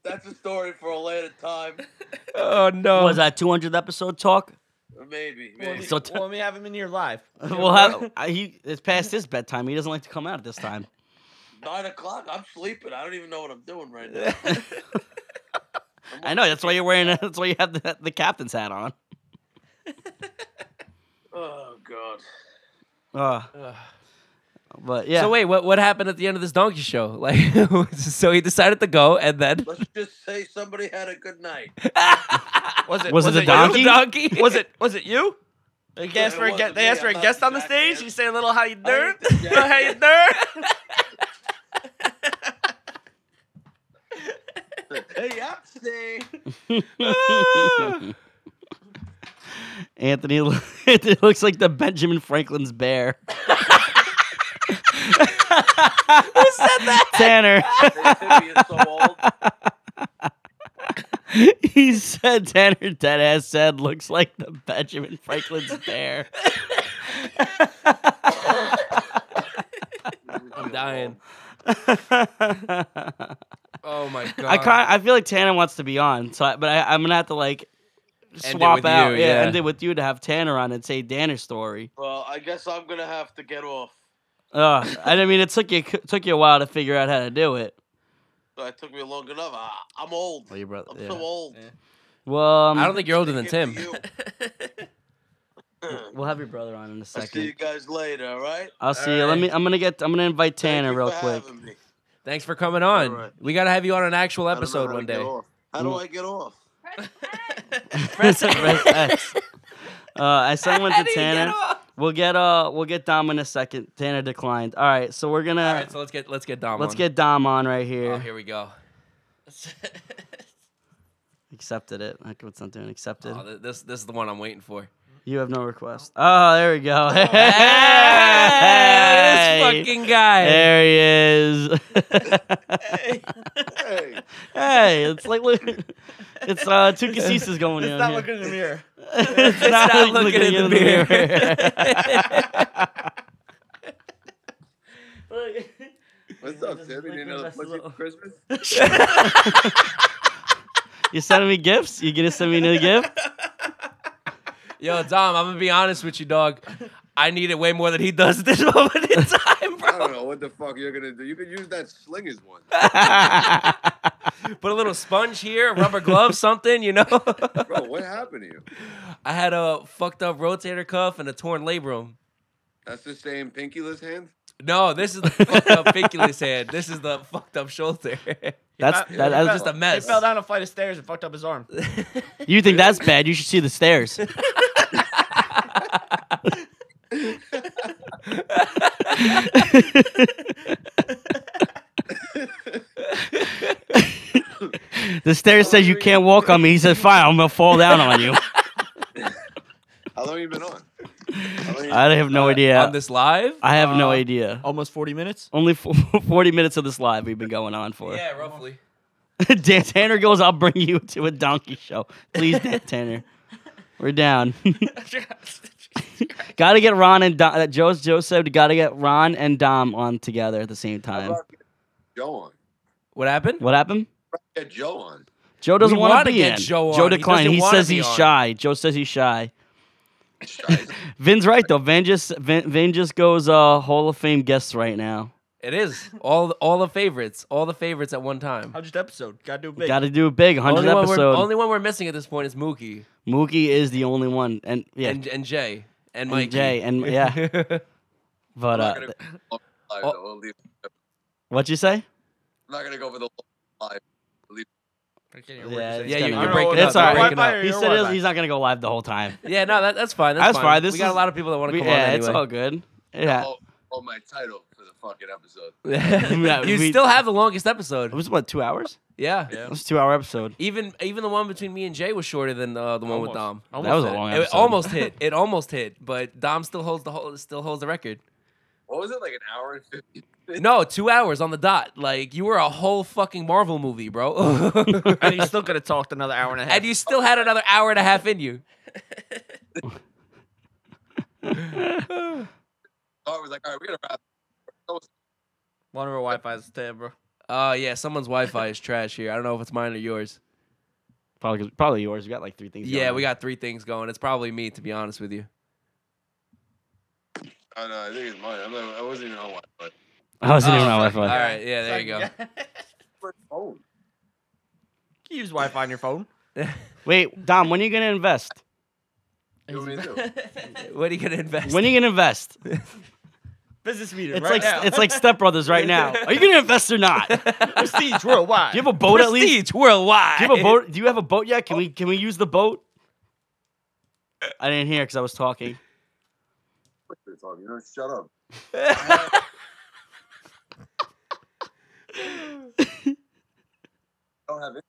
That's a story for a later time. Oh no. Was that 200th episode talk? Maybe. When maybe. we, So t- when we have them in here live. Well, have, I, he it's past his bedtime. He doesn't like to come out at this time. Nine o'clock. I'm sleeping. I don't even know what I'm doing right now. I know that's why you're wearing. That's why you have the, the captain's hat on. Oh god. Uh, but yeah. So wait, what what happened at the end of this donkey show? Like, so he decided to go, and then Let's just say somebody had a good night. Was it Was it a you? donkey? donkey. Was it was it you? They Yeah, asked it for a wasn't guest. They me. asked for I'm a not guest on the jackass. stage. You say a little how you doing? ain't the Little how you doing? hey, I'm Steve. Ah! Anthony, lo- Anthony looks like the Benjamin Franklin's bear. Who said that? Tanner. Timmy is so old. he said Tanner Deadass said looks like the Benjamin Franklin's bear. I'm dying. I Oh my god. kind I feel like Tanner wants to be on, so I, but I, I'm gonna have to like it swap with out, you, yeah. end it with you to have Tanner on and say Danner's story. Well, I guess I'm gonna have to get off. Ugh, I mean, it took you took you a while to figure out how to do it. It took me long enough. I, I'm old. Well, your brother. I'm yeah. so old. Well, um, I don't think you're older than Give it Tim. to you. we'll have your brother on in a I'll see you second. guys later. All right. I'll see you. Let me. I'm gonna get. I'm gonna invite Thank Tanner you real for quick. having me. Thanks for coming on. Alright. We gotta have you on an actual I don't know how episode to one get day. off. How do I get off? Press X. Press X. Uh, I sent one to Tanner. We'll get uh we'll get Dom in a second. Tanner declined. All right, so we're gonna All right, so let's get Uh, let's get Dom. let's on. get Dom on right Oh, here. here we go. Accepted it. Like what's not doing accepted. Oh, th- this this is the one I'm waiting for. you have no request. Oh, there we go. Hey, this fucking guy. there he is. Hey, hey, it's like look, it's uh two casitas going It's in. not here. looking in the mirror. it's not looking in the mirror. what's up, up, Just Timmy? Tim? You like You didn't know the know, best pussy little- Christmas. you sending me gifts? You gonna send me a gift? Yo, Dom, I'm gonna be honest with you, dog. I need it way more than he does at this moment in time, I bro. don't know what the fuck you're gonna do. You could use that slingers one. Put a little sponge here, rubber glove, something, you know. Bro, what happened to you? I had a fucked up rotator cuff and a torn labrum. That's the same pinkyless hand? No, this is the fucked up pinkulus hand. This is the fucked up shoulder. That's He that, fell- that's just a He mess. Uh, fell down a flight of stairs and fucked up his arm. You think that's bad? You should see the stairs. the stairs says you can't walk on me. He said, "Fine, I'm gonna fall down on you." How long you been on? I have no idea. on this live. I have no uh, idea. Almost 40 minutes. Only fo- 40 minutes of this live we've been going on for. Yeah, roughly. Dan Tanner goes, I'll bring you to a donkey show. Please, Dan Tanner. We're down. gotta get Ron and Dom. uh, Joe's Joe said, gotta get Ron and Dom on together at the same time. Joe on. What happened? What happened? Get Joe on. Joe doesn't We want wanna to be get in. Joe Joe on. He declined. doesn't He, wanna says be he's on. shy. Joe says he's shy. Guys, Vin's right though. Vin just Vin, Vin just goes uh, Hall of Fame guest right now. It is all all the favorites, all the favorites at one time. 100th episode. Gotta do it big. Got to do a big 100 Only one, we're, episode. only one we're missing at this point is Mookie Mookie is the only one, and yeah, and and Jay and and Mikey. Jay, and yeah. But uh, I'm not gonna- I'm Oh. not gonna- what you say? I'm not gonna go for the live. Yeah, Yeah, you- gonna- you're breaking That's all up. You're right. breaking up. He said he's- he's not gonna go live the whole time. yeah, no, that, that's fine. That's, That's fine, this we got is- a lot of people that want to We- come yeah, on it's anyway. all good. Yeah, Oh, oh, my title for the fucking episode. Yeah, you we- still have the longest it episode. was what two hours? Yeah. It was a two hour episode. Even even the one between me and Jay was shorter than uh, the one with Dom. that was a long It episode. almost hit. It almost hit, but Dom still holds the whole, still holds the record. What was it like an hour and fifty? No, two hours on the dot. Like you were a whole fucking Marvel movie, bro. and he's still gonna talk another hour and a half. and you still had another hour and a half in you. Oh, I was like, all right, we gotta wrap. One of our Wi-Fi's dead, bro. Uh yeah, someone's Wi-Fi is trash here. I don't know if it's mine or yours. Probably, probably yours. We got like three things. Yeah, going we on. got three things going. It's probably me, to be honest with you. Oh no, I think it's mine. I'm not, I wasn't even on one. But I wasn't even Oh, on fuck. Wi-Fi. All right, yeah, there you go. phone. You use Wi-Fi on your phone. Wait, Dom, when are you gonna invest? You want me to do? What are you gonna invest? When are you gonna invest? Business meeting It's right like now. it's like Step Brothers right now. Are you gonna invest or not? Do prestige worldwide. you have a boat at least? Prestige worldwide. Do you have a boat? Do you have a boat yet? Can we can we use the boat? I didn't hear because I was talking. It's on, You know, shut up. I don't have it.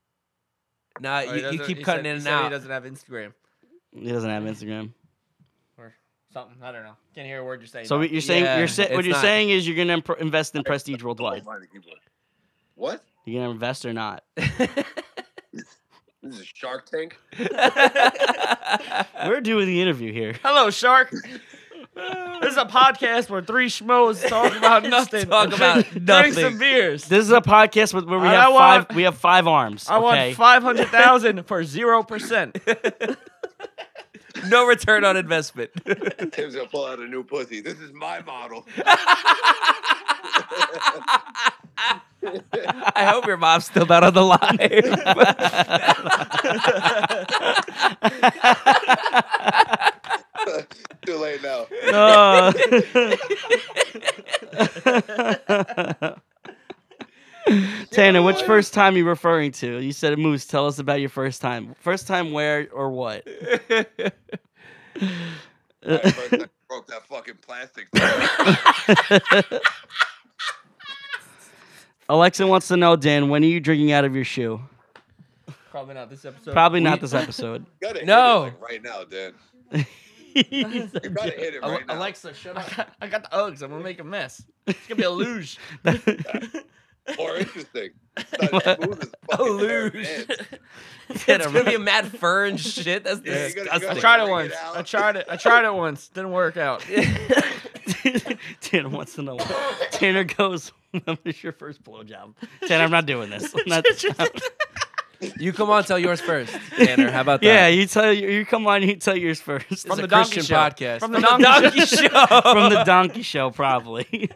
Oh, Nah, he you, you doesn't- keep he said- cutting he in and said He out. doesn't have Instagram He doesn't have Instagram. or something. I don't know. Can't hear a word you're saying. So what you're saying Yeah, you're sa- what it's you're not- saying is you're gonna imp- invest in Prestige Worldwide. Don't mind the keyboard. What? You're gonna invest or not? This is Shark Tank. We're doing the interview here. Hello, Shark. this is a podcast where three schmoes talk about nothing. Talk about Drink some nothing. beers. This is a podcast with, where we I have want- five we have five arms. I okay? want five hundred thousand for zero percent. no return on investment. Tim's gonna pull out a new pussy. This is my model. I hope your mom's still not on the Too late now. Oh. Tanner, which first time you referring to? You said Moose. Tell us about your first time. First time where or what? live. All right, first I broke that fucking plastic. thing. Alexa wants to know, Dan, when are you drinking out of your shoe? Probably not this episode. Probably not this episode. You gotta hit it, No. like, right now, Dan. You gotta that, hit it right now. Alexa, shut up. I got the Uggs. I'm gonna make a mess. It's gonna be a luge. More interesting. It's not as smooth as fucking hair, Luge. man. it's gonna be a Matt Fern shit. That's Yeah, you gotta- you disgusting. I gotta tried it bring once. out. I tried it. I tried it once. Didn't work out. Tanner wants to know. Tanner goes, when was your first blowjob? Tanner, I'm not doing this. I'm not- You come on, tell yours first, Tanner. How about yeah, that? you tell you come on, you tell yours first. From the the Donkey Christian Show. podcast. From the donkey show. from the donkey show probably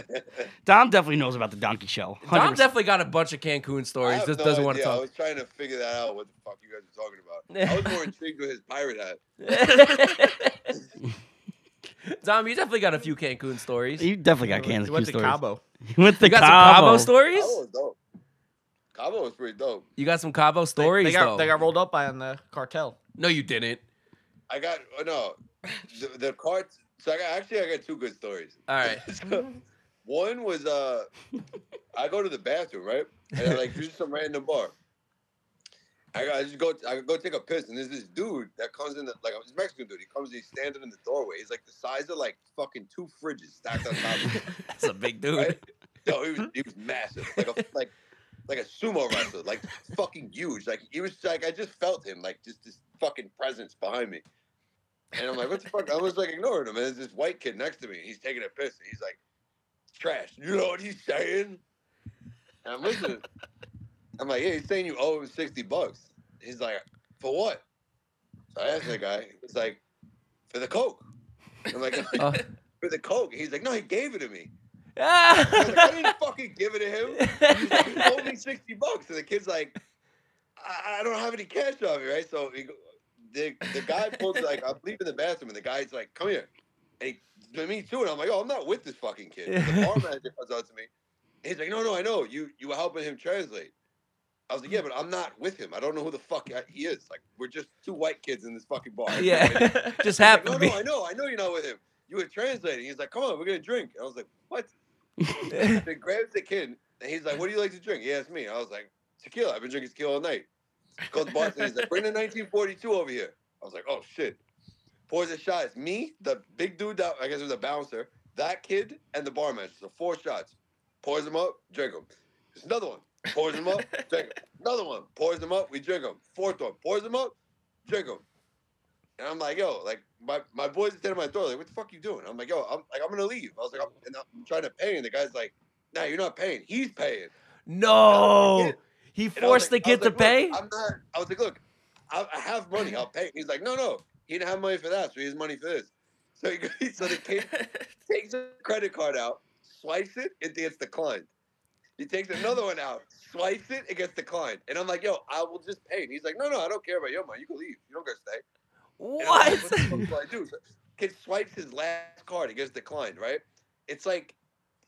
dom definitely knows about the donkey show Dom 100%. definitely got a bunch of Cancun I stories. have Just no doesn't want to idea. I talk. was trying to figure that out. What the fuck you guys are talking about? I was more intrigued with his pirate hat. Dom, you definitely got a few Cancun stories. You you definitely got He Kansas went to stories. Cabo. You went to got some Cabo. Cabo stories? Cabo was dope. Cabo was pretty dope. You got some Cabo They- stories, They, got though. they got rolled up by the cartel. no, you didn't. I got oh, no, the, the carts. So I got actually I got two good stories. All right. So, one was uh, I go to the bathroom right, and I like just some random bar, I, got- I just go. I go take a piss, and there's this dude that comes in. The, like this Mexican dude. He comes. He's standing in the doorway. He's like the size of like fucking two fridges stacked on top. of That's a big dude. Right? No, he was he was massive, like a like like a sumo wrestler, like fucking huge. Like he was like I just felt him, like just this fucking presence behind me. And I'm like, what the fuck? I was like ignoring him, and there's this white kid next to me. And he's taking a piss, and he's like, trash. You know what he's saying? And I'm listening. I'm like, yeah, he's saying you owe him sixty bucks. He's like, for what? So I asked the guy. He's like, for the coke. I'm like, Uh. for the coke. He's like, no, he gave it to me. I was like, I Ah! didn't fucking give it to him. He's like, he told me 60 bucks. And the kid's like, I, I don't have any cash on me, right? So he, go- the, the guy pulls, like, I'm leaving the bathroom, and the guy's like, come here. And he, me too. And I'm like, oh, I'm not with this fucking kid. The bar manager comes out to me. and He's like, no, no, I know. You, you were helping him translate. I was like, yeah, but I'm not with him. I don't know who the fuck he is. Like, we're just two white kids in this fucking bar. yeah, just He's like, happened no, to no, be. I know, I know you're not with him. You were translating. He's like, come on, we're gonna drink. And I was like, what? They grabs the kid and he's like, what do you like to drink? He asked me. I was like, tequila. I've been drinking tequila all night. Goes to Boston. He's like, bring the 1942 over here. I was like, oh shit. Pours a shot. It's me, the big dude that I guess it was a bouncer, that kid, and the barman. So four shots. Pours them up, drink them. There's another one. Pours them up, drink 'em. Another one. Pours them up, we drink them. Fourth one. Pours them up, drink them. And I'm like, yo, like my, my boys are standing at my door, like, what the fuck you doing? I'm like, yo, I'm like, I'm gonna leave. I was like, I'm, Mm-hmm. and I'm trying to pay, and the guy's like, nah, you're not paying. He's paying. No, Yeah. he And I was forced like- the I was kid to like, pay. look, I'm not. I was like, look, I, I have money. I'll pay. He's like, no, no, he didn't have money for that, so he has money for this. So he, goes- so the kid takes a credit card out, swipes it, it gets declined. He takes another one out, swipes it, it gets declined. And I'm like, yo, I will just pay. And he's like, no, no, I don't care about your money. You can leave. You don't gotta stay. And I'm What? like, what the fuck do I do? So kid swipes his last card. It gets declined, right? It's like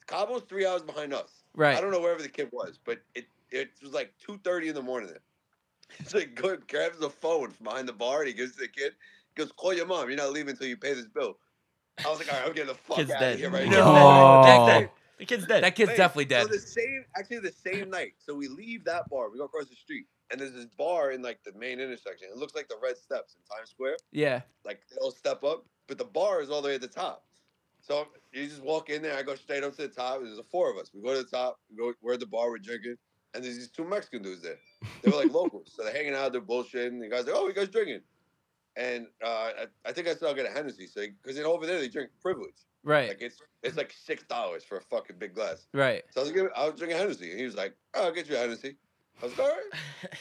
Cabo's three hours behind us. I Right. don't know wherever the kid was, but it it was like two thirty in the morning. So he go, grabs the phone from behind the bar and he gives it to the kid. He goes, "Call your mom. You're not leaving until you pay this bill." I was like, "All right, I'm getting the fuck Kid's out dead. of here right No. now." Kid's dead. Oh. The kid's dead. That kid's Wait, definitely dead. So the same, actually, the same night. So we leave that bar. We go across the street, and there's this bar in like the main intersection. It looks like the red steps in Times Square Yeah. like they'll step up, but the bar is all the way at the top. So you just walk in there. I go straight up to the top. There's the four of us. We go to the top. We go. We're at the bar. We're drinking, and there's these two Mexican dudes there. They were like locals, so they're hanging out. They're bullshitting. The guys like, "Oh, you guys drinking?" And uh, I, I think I still get a Hennessy, so because over there they drink privilege. Right. Like it's it's like six dollars for a fucking big glass. Right. So I was, giving, I was drinking Hennessy, and he was like, oh, "I'll get you a Hennessy." I was like, "All right."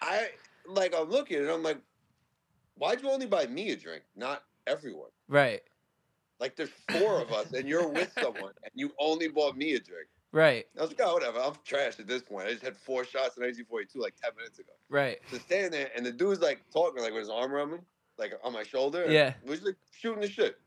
I like I'm looking, and I'm like, "Why'd you only buy me a drink, not everyone? Right. Like there's four of us, and you're with someone, and you only bought me a drink." Right. I was like, "Oh, whatever. I'm trash at this point. I just had four shots in 1942 like ten minutes ago." Right. So standing there, and the dude's like talking, like with his arm around me, like on my shoulder. and Yeah. we're just like shooting the shit,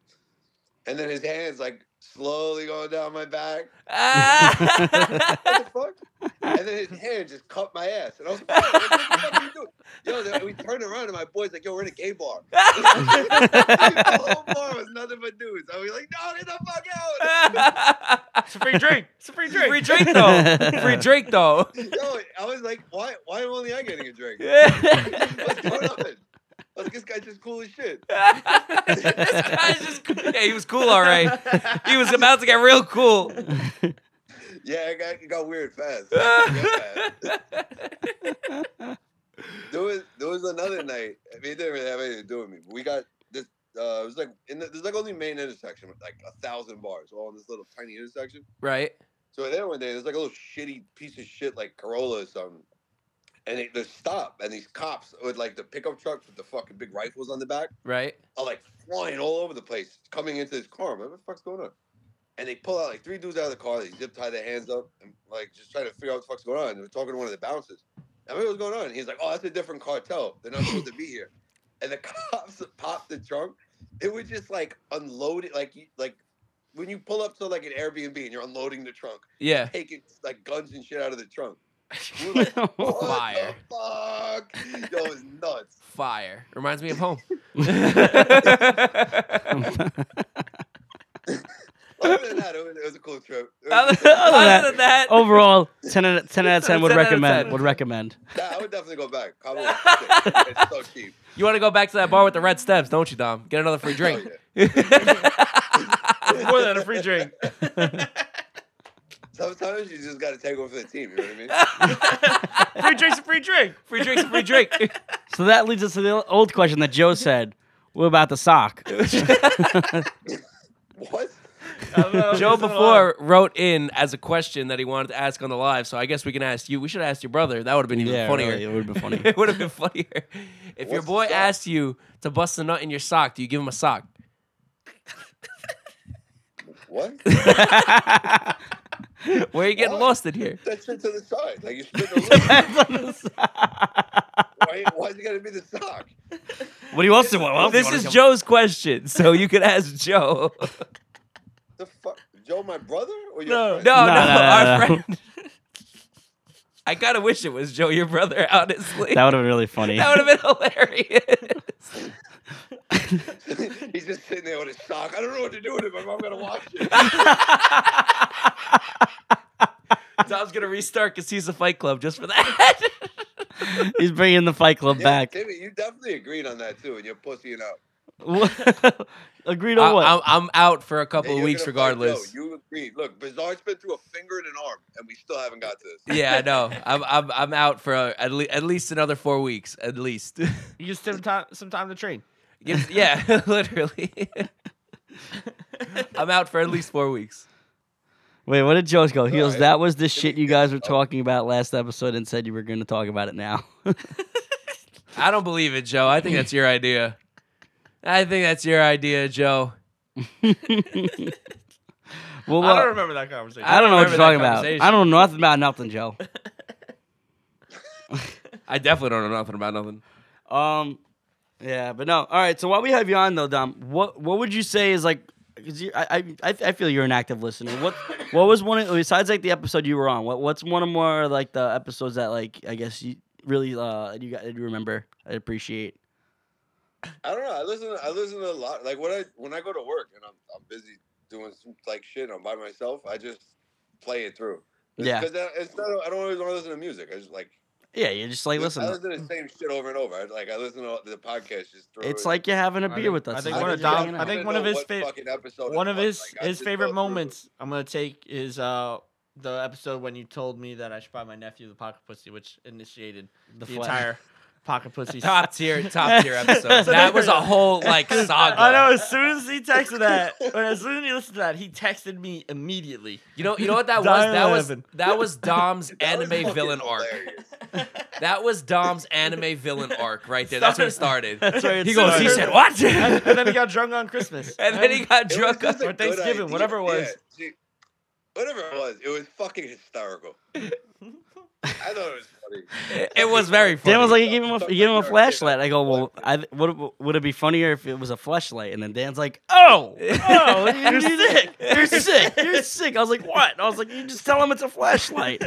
and then his hands like slowly going down my back. Ah! what the fuck? And then his hand just cut my ass. And I was like, what the fuck are you doing? Yo, then we turned around and my boy's like, yo, we're in a gay bar. the whole bar was nothing but dudes. I was like, no, get the fuck out. It's a free drink. It's a free drink. Free drink though. Free drink though. Yo, I was like, why why am only I getting a drink? What's going on? I was like, this guy's just cool as shit. this guy's just cool. Yeah, he was cool, all right. He was about to get real cool. Yeah, it got, it got weird fast. It got fast. there was there was another night. I mean, it didn't really have anything to do with me. But we got this. Uh, it was like in the, there's like only main intersection with like a thousand bars all in this little tiny intersection. right. So then one day, there's like a little shitty piece of shit like Corolla or something. And they, they stop, and these cops with like the pickup trucks with the fucking big rifles on the back Right. are like flying all over the place, coming into this car. I'm like, what the fuck's going on? And they pull out like three dudes out of the car. They zip tie their hands up and like just trying to figure out what the fuck's going on. And they're talking to one of the bouncers. I mean, what's going on? And he's like, oh, that's a different cartel. They're not supposed to be here. And the cops popped the trunk. It was just like unloaded, like you, like when you pull up to like an Airbnb and you're unloading the trunk Yeah. taking like guns and shit out of the trunk. We were like, what Oh, Fire. The fuck? Yo, it was nuts. Fire. Reminds me of home. Other than that, it was, it was a cool trip. It Other was than a- that, Other than that, overall, ten out of ten out of ten would 10 out of recommend. 10. Would recommend. Nah, I would definitely go back. I would. it's so cheap. you want to go back to that bar with the red steps, don't you, Dom? Get another free drink. Oh, More than a free drink. Sometimes you just got to take one for the team. You know what I mean? free drink's a free drink. Free drink's a free drink. So that leads us to the old question that Joe said. What about the sock? What? I don't know if Joe it's on the before wrote in as a question that he wanted to ask on the live, so I guess we can ask you. We should ask your brother. That would have been even yeah, funnier. really, it would have been funny. it would have been funnier. If your What's boy the sock? asked you to bust a nut in your sock, do you give him a sock? What? Where are you getting What? lost in here? That shit to the side. Like you should. why, why is it got to be the sock? what do you also want? What else do you This want is to come- Joe's question, so you could ask Joe. The fuck? Joe, my brother or your No. friend? No, no, No, no, no, our no. friend. I kind of wish it was Joe, your brother, honestly. That would have been really funny. That would have been hilarious. He's just sitting there with his sock. I don't know what to do with it, but I'm gonna watch it. Tom's going to restart because he's a fight club just for that. He's bringing the Fight Club Yeah, back. Timmy, you definitely agreed on that too, and you're pussying out. Agreed on what? I, am I'm out for a couple Hey, of you're weeks gonna fight regardless. Joe. You agreed. Look, Bizarre's been through a finger and an arm, and we still haven't got to this. Yeah, I know. I'm, I'm, I'm out for uh at, le- at least another four weeks, at least. line. You just some time, some time to train. Gives- yeah, literally. I'm out for at least four weeks. Wait, what did Joe's go? He goes, Alright. "That was the Timmy, shit you get guys were up. talking about last episode, and said you were going to talk about it now." I don't believe it, Joe. I think that's your idea. I think that's your idea, Joe. well, I don't well, remember that conversation. I don't know what you're remember that talking about. conversation. I don't know nothing about nothing, Joe. I definitely don't know nothing about nothing. Um, yeah, but no. All right. So while we have you on though, Dom, what what would you say is like? Cause you, I, I I- I feel you're an active listener. What what was one of, besides like the episode you were on? What what's one of more like the episodes that like I guess you really uh you got you remember? I appreciate. I don't know. I listen. I listen to a lot. Like when I when I go to work and I'm I'm busy doing some like shit. I'm by myself. I just play it through. Yeah. Because it's not. I don't always want to listen to music. I just like Yeah, you just like I listen. uh, mm. listen to the same shit over and over. I, like I listen to the podcast just through. It's like you're having a I beer think- with us. I think It's one like of you're Dom- hanging I out. think one of his fa- favorite One of his his favorite moments I'm gonna take is uh the episode when you told me that I should buy my nephew the pocket pussy, which initiated the, flag. entire pocket pussy. Top tier, top tier episode. So there- That was a whole like saga. I know. As soon as he texted that, when as soon as he listened to that, he texted me immediately. You know, you know what that was? Dying That was laughing. that was Dom's anime villain arc. That was Dom's anime villain arc right there. That's where it started. That's where it he goes. He started. said what? and, and and then he got drunk on Christmas. then he got It was drunk. just on- a for good Thanksgiving, idea. whatever it was. Yeah, see, whatever it was, it was fucking hysterical. I thought it was funny. It was very funny. Dan was like, "You gave him a, Fuck you gave him a your shit. flashlight." I go, "Well, I, would would it be funnier if it was a flashlight?" And then Dan's like, "Oh, oh, you're sick, you're sick, you're sick." I was like, "What?" I was like, "You just tell him it's a flashlight."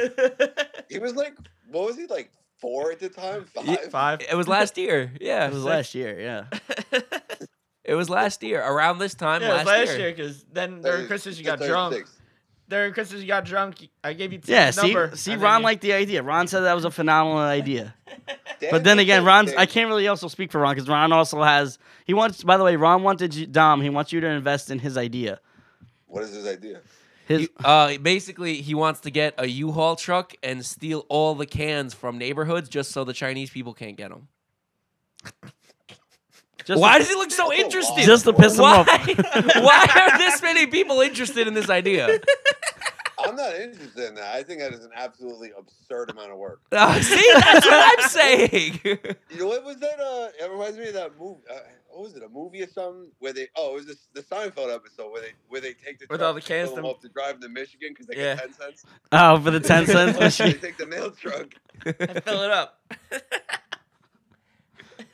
He was like, what was he like four at the time? Five. Five. it was last year. Yeah, It was last year, yeah. It was last year. Around this time Yeah, it last, was last year. year because then Thirty- during Christmas you got 36. drunk. During Christmas you got drunk. I gave you Yeah, his see, number, see, and then Ron you- liked the idea. Ron said that was a phenomenal idea. Dan But then did again, those Ron's I things. can't really also speak for Ron because Ron also has he wants. By the way, Ron wanted you, Dom. He wants you to invest in his idea. What is his idea? His You- uh, basically, he wants to get a U-Haul truck and steal all the cans from neighborhoods just so the Chinese people can't get them. just Why to- does he look so That's a lot. interested? just to piss him Why? off. Why are this many people interested in this idea? I'm not interested in that. I think that is an absolutely absurd amount of work. Oh, see, that's what I'm saying. You know what was that? Uh, it reminds me of that movie. Uh, what was it? A movie or something where they? Oh, it was this, the Seinfeld episode where they where they take the With truck all the and cans fill 'em them- up to drive them to Michigan because they Yeah. get ten cents. Oh, for the ten cents they machine. take the mail truck. fill it up.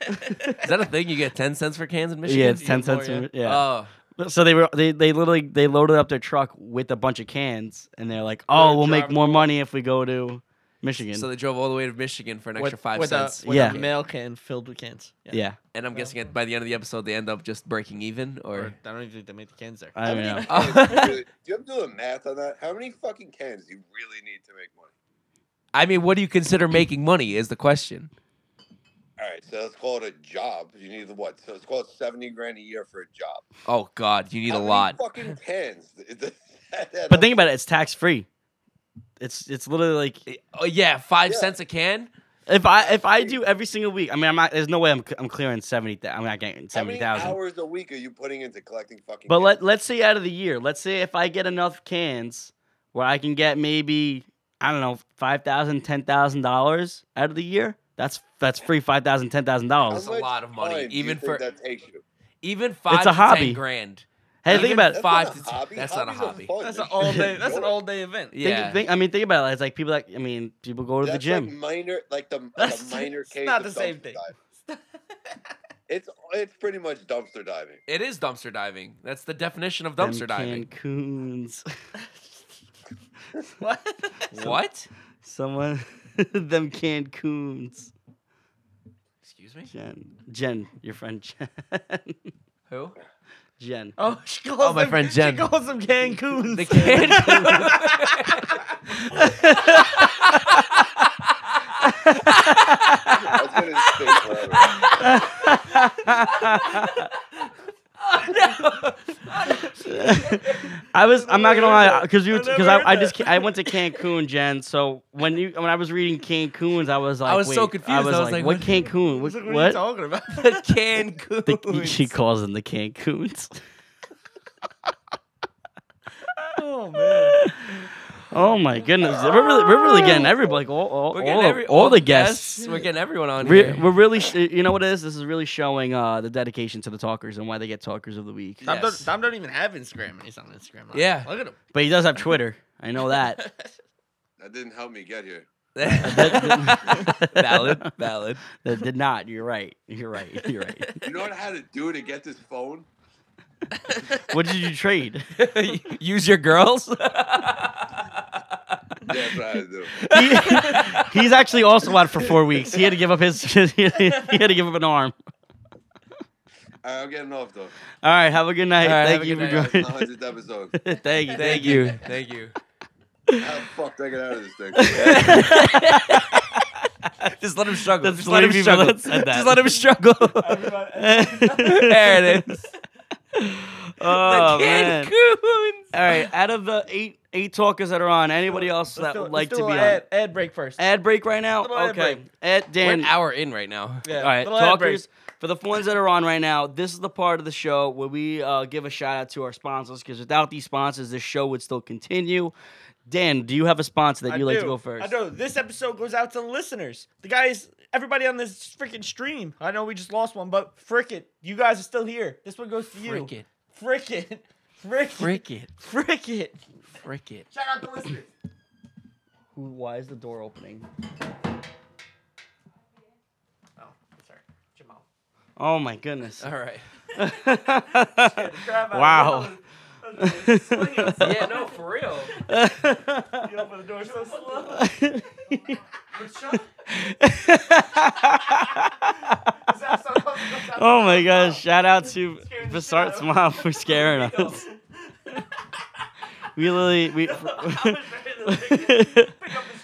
Is that a thing? You get ten cents for cans in Michigan? Yeah, it's ten cents. Oh, in- Yeah. Oh, So they were they, they literally they loaded up their truck with a bunch of cans and they're like, oh, They're we'll make driving more money if we go to Michigan. So they drove all the way to Michigan for an extra five with cents. A, with Yeah. a mail can filled with cans. yeah, and I'm guessing at, by the end of the episode they end up just breaking even, Or or I don't even think they make the cans there. I don't know. How many cans do you- do you have to do the math on that? How many fucking cans do you really need to make money? I mean, what do you consider making money? Is the question. All right, so let's call it a job. You need the what? So let's call it seventy grand a year for a job. Oh God, you need How a many lot. Fucking cans. But think about it. It's tax free. It's it's literally like Oh yeah, five Yeah. cents a can. if I if I do every single week. I mean, I'm not. There's no way I'm c- I'm clearing seventy. thou- I'm not getting How many seventy thousand. hours a week are you putting into collecting fucking? But cans? let let's say out of the year, let's say if I get enough cans where I can get maybe I don't know five thousand, ten thousand dollars out of the year. That's that's free five thousand, ten thousand How dollars. a much lot of money, time do you even think for- that takes you. Even five a to hobby. ten grand. Hey, think Even about That's it. Five not to a t- hobby. that's not a Hobbies are hobby. fun. That's an all day. That's an all day event. Think, Yeah. think- I mean, think about it. It's like people like I mean, people go to That's the gym. Like minor, like the, like a That's- minor it's case. not of the same dumpster thing. diving. it's it's pretty much dumpster diving. it is dumpster diving. That's the definition of Them dumpster diving. Cancun's. What? What? Someone, them Cancun's. Excuse me. Jen, Jen, your friend Jen, Who? Jen. Oh, she calls my them- friend Jen. She calls them Cancun's. The can. That's gonna stay forever. I was. I'm not gonna lie, because you, I never because I, heard I just, that. ca- I went to Cancun, Jen. So when you, when I was reading Cancun's, I was like, was so wait, confused. I was, like, what Cancun? What? What, are you what? talking about? the Cancun. The- she calls them the Cancun's. oh man. Oh my goodness, we're really, we're really getting everybody, like all, all, We're all, getting of- every- all the guests. We're getting everyone on We're, here. we're really, sh- you know what it is? This is really showing uh, the dedication to the talkers and why they get talkers of the week. Tom, Yes. doesn't, Tom doesn't even have Instagram, and he's on Instagram. Live. Yeah. Look at him. But he does have Twitter. I know that. That didn't help me get here. valid, valid. That did not. You're right. You're right. You're right. You know what I had to do to get this phone? What did you trade? Use your girls. Yeah, That's what I had to do. He- he's actually also out for four weeks. He had to give up his. he had to give up an arm. All right, I'm getting off though. All right. Have a good night. All right, Thank have a you for good night, That's joining. the hundredth episode. Thank you. Thank you. Thank you. How the fuck do I get out of this thing? Just let him struggle. That's Just let him believe me, struggle. Bill, that said that. Just let him struggle. there it is. Oh the man. Cancun. All right. Out of the eight eight talkers that are on, anybody else Let's that do it. would Let's like to do be a on? Ad, ad break first. Ad break right now. Little ad Okay. break. At We're an Dan. hour in right now. Yeah, All right, little ad break. talkers. For the ones that are on right now, this is the part of the show where we uh, give a shout out to our sponsors because without these sponsors, this show would still continue. Dan, do you have a sponsor that I you like do. to go first? I know this episode goes out to the listeners, the guys, everybody on this freaking stream. I know we just lost one, but frick it, you guys are still here. This one goes to you. Frick it. frick it, frick it, frick, Frick it. it. Frick it. Shout out to listeners. Who- Why is the door opening? Oh, sorry, Jamal. Oh my goodness! All right. Grab out. wow. Yeah, no, for real. You open the door so slow. oh my gosh! Shout out to Basart's mom for scaring us. we literally we. Pick up this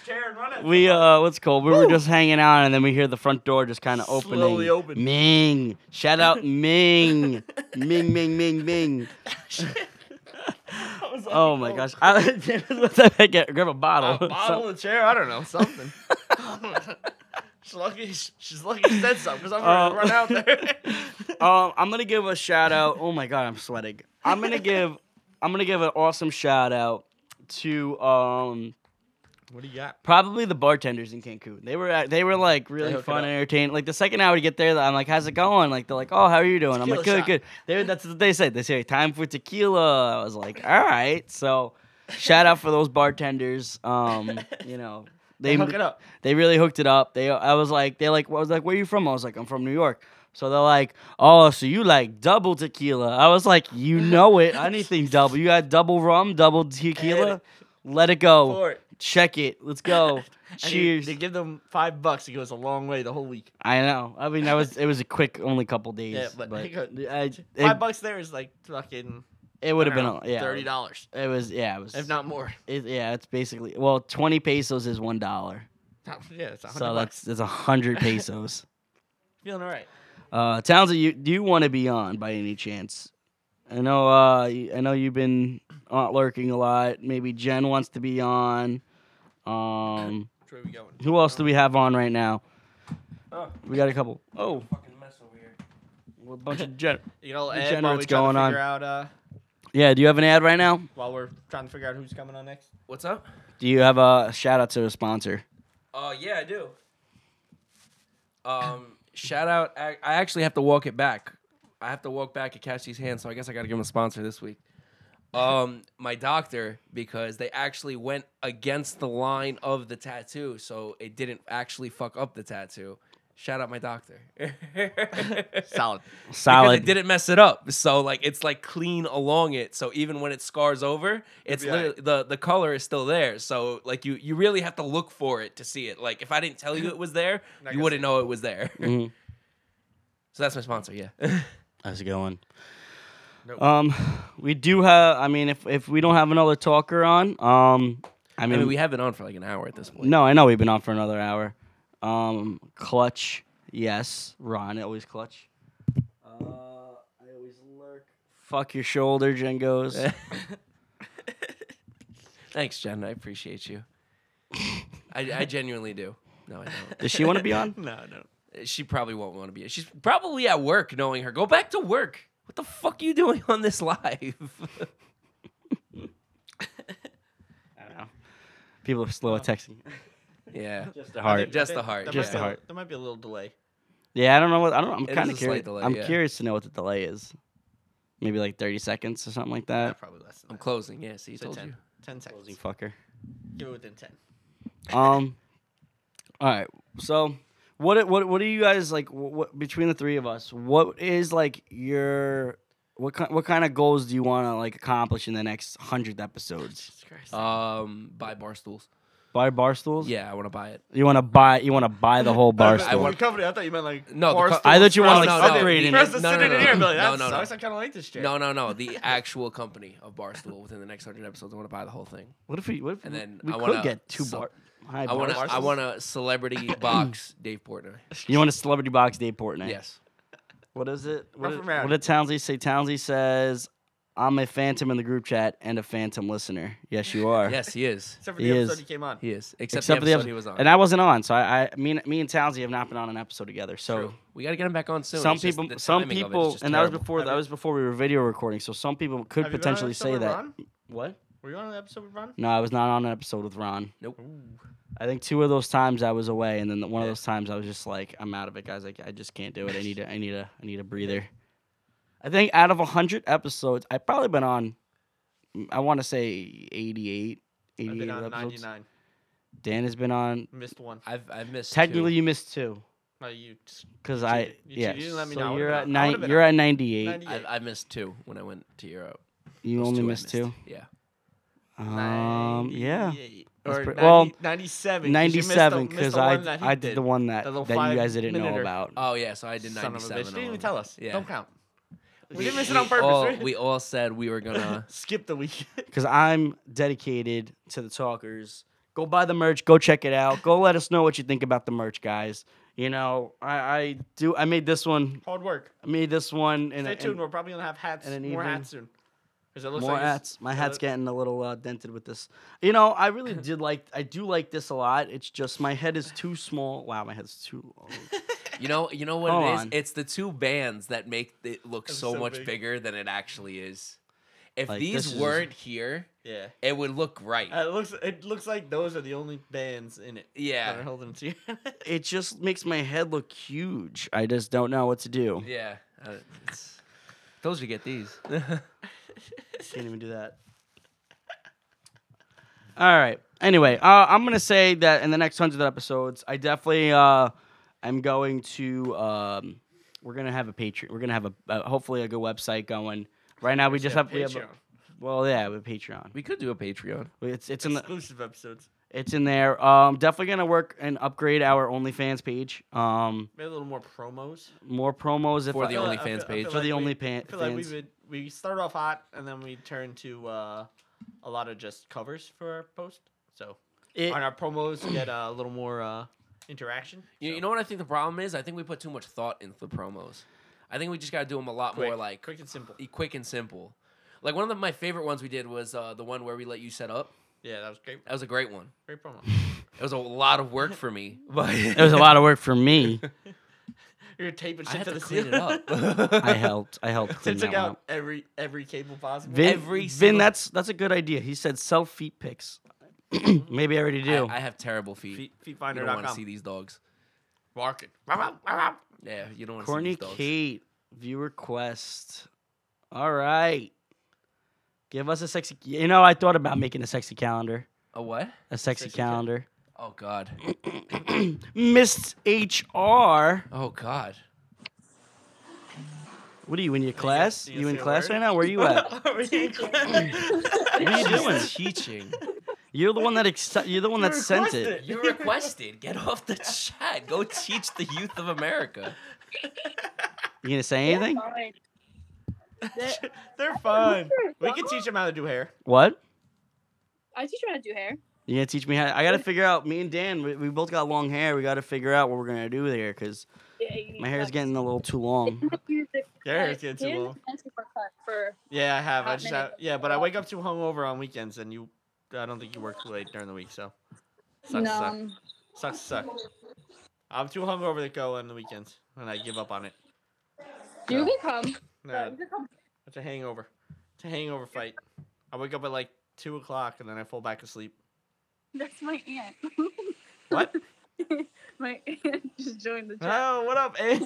chair and run it. We uh, what's cool? We were just hanging out, and then we hear the front door just kind of opening. Slowly open. Ming, shout out Ming, Ming, Ming, Ming, Ming. I was like, Oh my gosh! I, I get, grab a A bottle. bottle, a chair, I don't know, something. she's lucky. She's lucky she said something because I'm gonna Uh, run out there. So, um, I'm gonna give a shout out. Oh my god, I'm sweating. I'm gonna give, I'm gonna give an awesome shout out to um what do you got? probably the bartenders in Cancun. They were they were like really hook it fun up. and entertaining. Like the second hour to get there, I'm like, how's it going? Like they're like, oh, how are you doing? I'm like, Tequila good, shot. good. They, that's what they said. They say time for tequila. I was like, all right. So, shout out for those bartenders. Um, you know. They, They hook it up. they really hooked it up. They I was like they like I was like where you from? I was like I'm from New York. So they're like, oh, so you like double tequila? I was like, you know it. Anything double? You got double rum, double tequila. Let it go. For it. Check it. Let's go. And he- oh, Cheers. they give them five bucks. It goes a long way the whole week. I know. I mean, that was it was a quick, only couple days. Yeah, but but, I got- I- it, five bucks there is like fucking it would have been a, yeah. thirty dollars, It was yeah. It was if not more. It, yeah, it's basically well, twenty pesos is one dollar. Yeah, it's a hundred So that's bucks. that's a hundred pesos. Feeling all right. Uh, Townsend, you do you want to be on by any chance? I know. Uh, y- I know you've been uh, lurking a lot. Maybe Jen wants to be on. Um, Which way we going? who else do we have on right now? Oh. We got a couple. Oh, Fucking mess over here. we're a bunch of Jen. You know, Hey, Ed, Jen, while what's we try to going on? figure out uh, Yeah, do you have an ad right now? while we're trying to figure out who's coming on next. What's up? Do you have a shout out to a sponsor? Uh, yeah, I do. Um, shout out. I, I actually have to walk it back. I have to walk back and catch these hands, so I guess I got to give him a sponsor this week. Um, my doctor, because they actually went against the line of the tattoo, so it didn't actually fuck up the tattoo. Shout out my doctor. Solid. Solid. Because it didn't mess it up. So like it's like clean along it. So even when it scars over, it's be all right. literally, the the color is still there. So like you you really have to look for it to see it. Like if I didn't tell you it was there, Not you gonna wouldn't know it was there. Mhm. So that's my sponsor. Yeah. How's it going? Nope. Um, we do have. I mean, if if we don't have another talker on, um, I I mean, mean, we have been on for like an hour at this point. no, I know we've been on for another hour. Um, clutch, yes, Ron, always clutch. Uh, I always lurk. Fuck your shoulder, Jengos. Thanks, Jen. I appreciate you. I, I genuinely do. No, I don't. Does she want to be on? No, no. She probably won't want to be. She's probably at work knowing her. Go back to work. What the fuck are you doing on this live? I don't know. People are slow at Um, texting. yeah. Just a I heart. think- Just I the think heart, there just might the be a- heart. There might be a little delay. Yeah, I don't know what I don't. I'm It is kind a of slight curious. delay, I'm yeah. curious to know what the delay is. Maybe like 30 seconds or something like Yeah, that. probably less. Than I'm that. closing. Yeah, see, Say told 10, you. 10 seconds. Uh, Closing fucker. Give it within ten. Um. all right. So, what what what do you guys like? What, what between the three of us, what is like your what kind what kind of goals do you want to like accomplish in the next hundred episodes? Jesus Christ. Um, buy bar stools. Buy bar stools. Yeah, I want to buy it. You want to buy you want to buy the whole bar I stool. want- company. I thought you meant like No, the bar co- stools I thought you for wanted, us like, to sit in. upgrade in For it. us to No, sit no, in no, here and be no, like, no, that no, no. sucks. I kind of like this chair. No, no, no. The actual company of Barstool within the next hundred episodes. I want to buy the whole thing. What if we what if And we- then we I could wanna get two sell- bar? High I want to. bar I stools? want a celebrity box, Dave Portnoy. You want a celebrity box Dave Portnoy? Yes. What is it? What, Rough did- and rowdy. what did Townsley say? Townsley says, "I'm a phantom in the group chat and a phantom listener." Yes, you are. Yes, he is. Except for He the episode is. he came on. He is. Except, Except, for the episode the episode he was on. and I wasn't on, so I, I mean, me and Townsley have not been on an episode together. So True. We got to get him back on soon. some It's just people, the some timing of it is people, just and that was terrible. before that was before we were video recording. So some people could Have you been on an potentially episode say with that. Ron? What? Were you on an episode with Ron? No, I was not on an episode with Ron. Nope. I think two of those times I was away, and then the- one of those times I was just like, I'm out of it, guys. Like I just can't do it. I need a, I need a, I need a breather. I think out of hundred episodes, I've probably been on. I want to say 88, I've 88 been on episodes. 99. Dan has been on. Missed one. I've I've missed. two. Technically, you missed two. No, you just- Cause You I cheated. You yeah. cheated. You didn't let me so know. I would've You're been at on- I nine. would've been You're on. at ninety eight. 98. I've, I've missed two when I went to Europe. You Those only two I missed two. Yeah. Um. Yeah. 98. That's Or pretty- 90, well, 97. 'cause you Ninety missed the- seven. missed the Because one I that he I did the one that The little that you guys five didn't know minute-er. about. Oh yeah. So I did Son of a 97. bitch. Didn't even alone. tell us. Yeah. Don't count. We We- didn't miss it we on purpose, all- right? We all said we were gonna. Skip the week. Because I'm dedicated to the talkers. Go buy the merch. Go check it out. Go let us know what you think about the merch, guys. You know, I, I do. I made this one. Hard work. I made this one. In, Stay a- tuned. in We're probably gonna have hats. and an more evening. hats soon. 'Cause it looks more like it's- hats. My it hat's loo- getting a little uh, dented with this. You know, I really did like. I do like this a lot. It's just my head is too small. Wow, my head's too. You know, you know what Hold it is? on. It's the two bands that make it look It's so, so much big. bigger than it actually is. If Like, this these is- weren't here, Yeah. it would look right. Uh, it looks. It looks like those are the only bands in it. That are yeah. holding it to you. It just makes my head look huge. I just don't know what to do. Yeah. Uh, it's, those you get these. Can't even do that. All right. Anyway, uh, I'm gonna say that in the next hundred episodes, I definitely uh, am going to. Um, we're gonna have a Patreon. We're gonna have a uh, hopefully a good website going. Right now, we just have, we have a, Patreon. well, yeah, we have a Patreon. we could do a Patreon. It's it's in the exclusive episodes. It's in there. Um, definitely gonna work and upgrade our OnlyFans page. Um, Maybe a little more promos more promos if For I- the I feel only- like- I OnlyFans feel- I page. feel for the like we- only pan- I feel like we fans. would we start off hot and then we turn to uh, a lot of just covers for our post. So It- on our promos we get uh, a little more uh, interaction. You, So, you know what I think the problem is? I think we put too much thought into the promos. I think we just got to do them a lot more quick, like quick and simple. e- quick and simple. Like one of the, my favorite ones we did was uh, the one where we let you set up. Yeah, that was great. That was a great one. Great promo. It was a lot of work for me, but It was a lot of work for me. You're taping I shit had to to the clean ceiling. it up. I helped. I helped They clean that took one out up. every every cable possible. Vin, every Vin, single- that's that's a good idea. He said sell feet pics. Maybe I already do. I, I have terrible feet. Feet, You don't want to see feetfinder.com. these dogs. Market. Yeah, you don't want to see Corny these dogs. Kate, viewer quest. All right. Give us a sexy. You know, I thought about making a sexy calendar. A what? A sexy, Sexy cal- calendar. Oh God. Miss HR. Oh God. What are you in your class? do You, you in say a class word? right now? Where you at? What What are you doing? Teaching. You're the one that exce- you're the one that sent it. You requested. Get off the chat. Go teach the youth of America. You gonna say anything? They're fun. We can teach them how to do hair. What? I teach you how to do hair. You gonna teach me how? I gotta figure out. Me and Dan, we, we both got long hair. We gotta figure out what we're gonna do there because Yeah, you- my hair's uh, getting a little too long. Your Your hair's getting too long. For Yeah, I have. I Hot just have. minute. Yeah, but I wake up too hungover on weekends, and you. I don't think you work late during the week, so. Sucks, to suck. no, sucks, to suck. I'm too hungover to go on the weekends, and I give up on it. you can come. No, You can come. it's a hangover. It's a hangover fight. I wake up at like two o'clock, and then I fall back asleep. That's my aunt. What? my aunt just joined the chat. Oh, what up, Abe?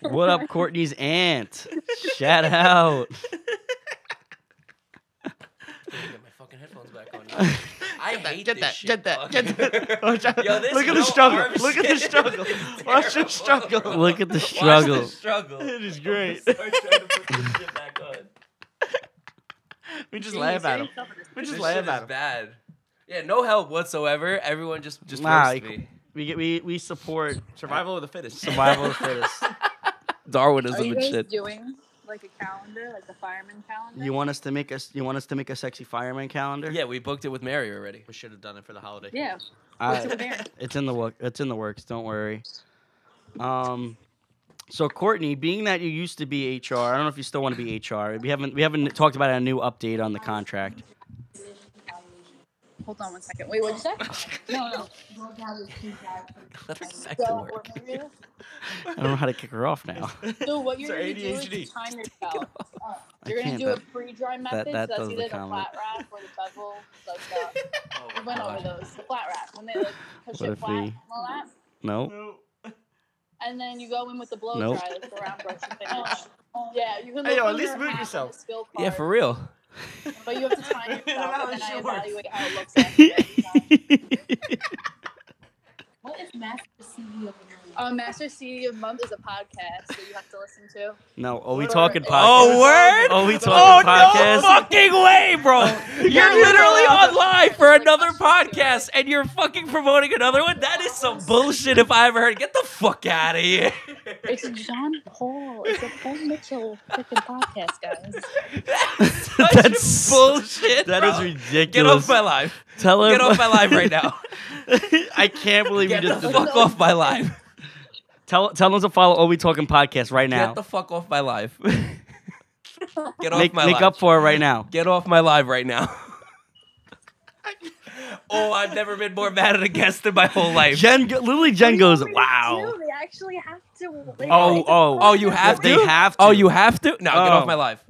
what up, Courtney's aunt? Shout out. I gotta Get my fucking headphones back on. I Get that, hate get this that, shit, get that, dog. get that. Watch out. Yo, this Look at no the struggle. arm Look at the shit struggle. is Watch the terrible, struggle. bro. Look at the Watch struggle. the struggle. It is I'm great. gonna start trying to put this shit back on. We just laugh at him. We This just laugh shit at is him. bad. Yeah, no help whatsoever. Everyone just just Nah, roast I- me. We get we we support Survival of the fittest. survival of the fittest. Are you Darwinism and guys shit. doing like a calendar, like the fireman calendar? You want us to make us? You want us to make a sexy fireman calendar? Yeah, we booked it with Mary already. We should have done it for the holiday. Yeah. All It's a right. bear. it's in the work. It's in the works. Don't worry. Um, so Courtney, being that you used to be HR, I don't know if you still want to be HR. We haven't we haven't talked about a new update on the contract. Hold on one second. Wait, what'd you say? no, no. Let her back to So, work. I don't know how to kick her off now. so what you're Sorry, going to do is ADHD. you time yourself. I Uh, You're going can't, to do a that- pre-dry that method. so does that's the either the comment. flat wrap or the bevel. So it's got- Oh my we went over God. those. The flat wrap. When they like push What it if flat we- and all that. No. No. And then you go in with the blow Nope. dry, like the round brush and things. Yeah, you can look Hey, yo, at under least a move map on yourself. the skill Yeah, card, for real. But you have to time You're yourself, not and then I sure. evaluate how it looks after that. What is Master CD of the Month? Uh, Master CD of Month is a podcast that you have to listen to. No. Are we Whatever. talking podcast? Oh, word? Are we talking Oh, podcast? no fucking way, bro. You're literally on live for another Like, podcast and you're fucking promoting another one? That is some bullshit if I ever heard. Get the fuck out of here. It's John Paul. It's a Paul Mitchell freaking podcast, guys. That's such That's- bullshit. That is bro. ridiculous. Get off my live. Tell her. Get off my live right now. I can't believe you Get the just did that. fuck off my live. Tell tell them to follow Are We Talking Podcast right now. Get the fuck off my live. Get off make my make live. up for it right now. Get off my live right now. oh, I've never been more mad at a guest in my whole life. Jen go- literally Jen goes, Wow. They actually have to. Oh, oh, Oh, you have They to. have Oh, to. you have to. No, get Oh. off my live.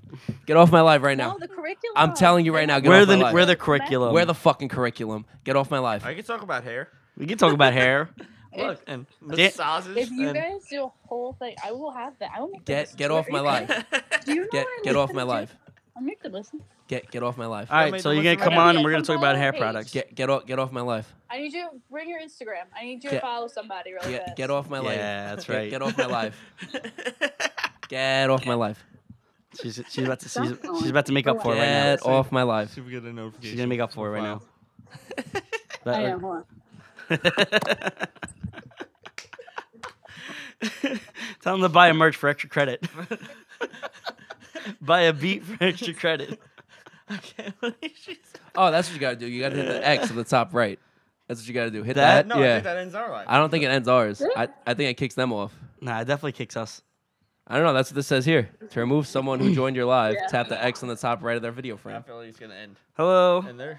Get off my live right now. the curriculum. I'm telling you right now. Get We're off my the live. we're Where the curriculum. the, fucking curriculum? Get off my live. I can talk about hair. we can talk about hair. Look, and Dan- massages. If you and guys do a whole thing, I will have that. I will make them Get listen get to off it. my live. Do you know Get what I get make off them my do? live. I make them listen. Get get off my live. All right, so you're gonna come on and we're gonna talk about hair products. Get get off get off my live. I need you to bring your Instagram. I need you Get- to follow somebody really Get fast. get off my live. Yeah, that's Get- right. Get off my live. Get off my live. She's she's about to she's, she's about to make up for it right now. Get off my live. we get a She's gonna make up for it right now. That, I like- am. Hold on. Tell them to buy a merch for extra credit. buy a beat for extra credit. Okay, what did she say? Oh, that's what you gotta do. You gotta hit the X on the top right. That's what you gotta do. Hit That? that. No, I yeah. think that ends our life. I don't think it ends ours. I, I think it kicks them off. Nah, it definitely kicks us. I don't know. That's what this says here. To remove someone who joined your live, Yeah. tap the X on the top right of their video I frame. feel like it's gonna end. Hello. And there.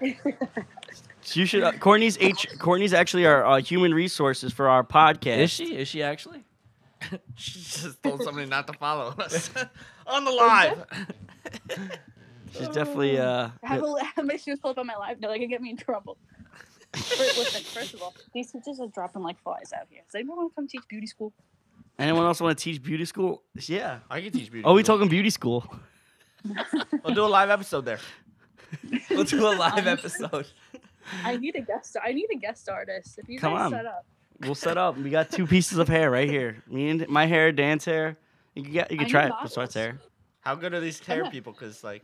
So you should. Uh, Courtney's H. Courtney's actually our uh, human resources for our podcast. Is she? Is she actually? She just told somebody not to follow us on the live. She's definitely. Uh, I have a, make sure to pull up on my live. No, they can get me in trouble. First, listen, first of all, these teachers are dropping like flies out here. Does anyone want to come teach beauty school? anyone else want to teach beauty school? Yeah. I can teach beauty. Oh, we school. talking beauty school. We'll do a live episode there. We'll do a live episode. I need a guest. I need a guest artist. If you Come guys on. set up, We'll set up. We got two pieces of hair right here. Me and my hair, Dan's hair. You can get. You I can need try it. models. Besides hair. How good are these hair Okay. people? Because like,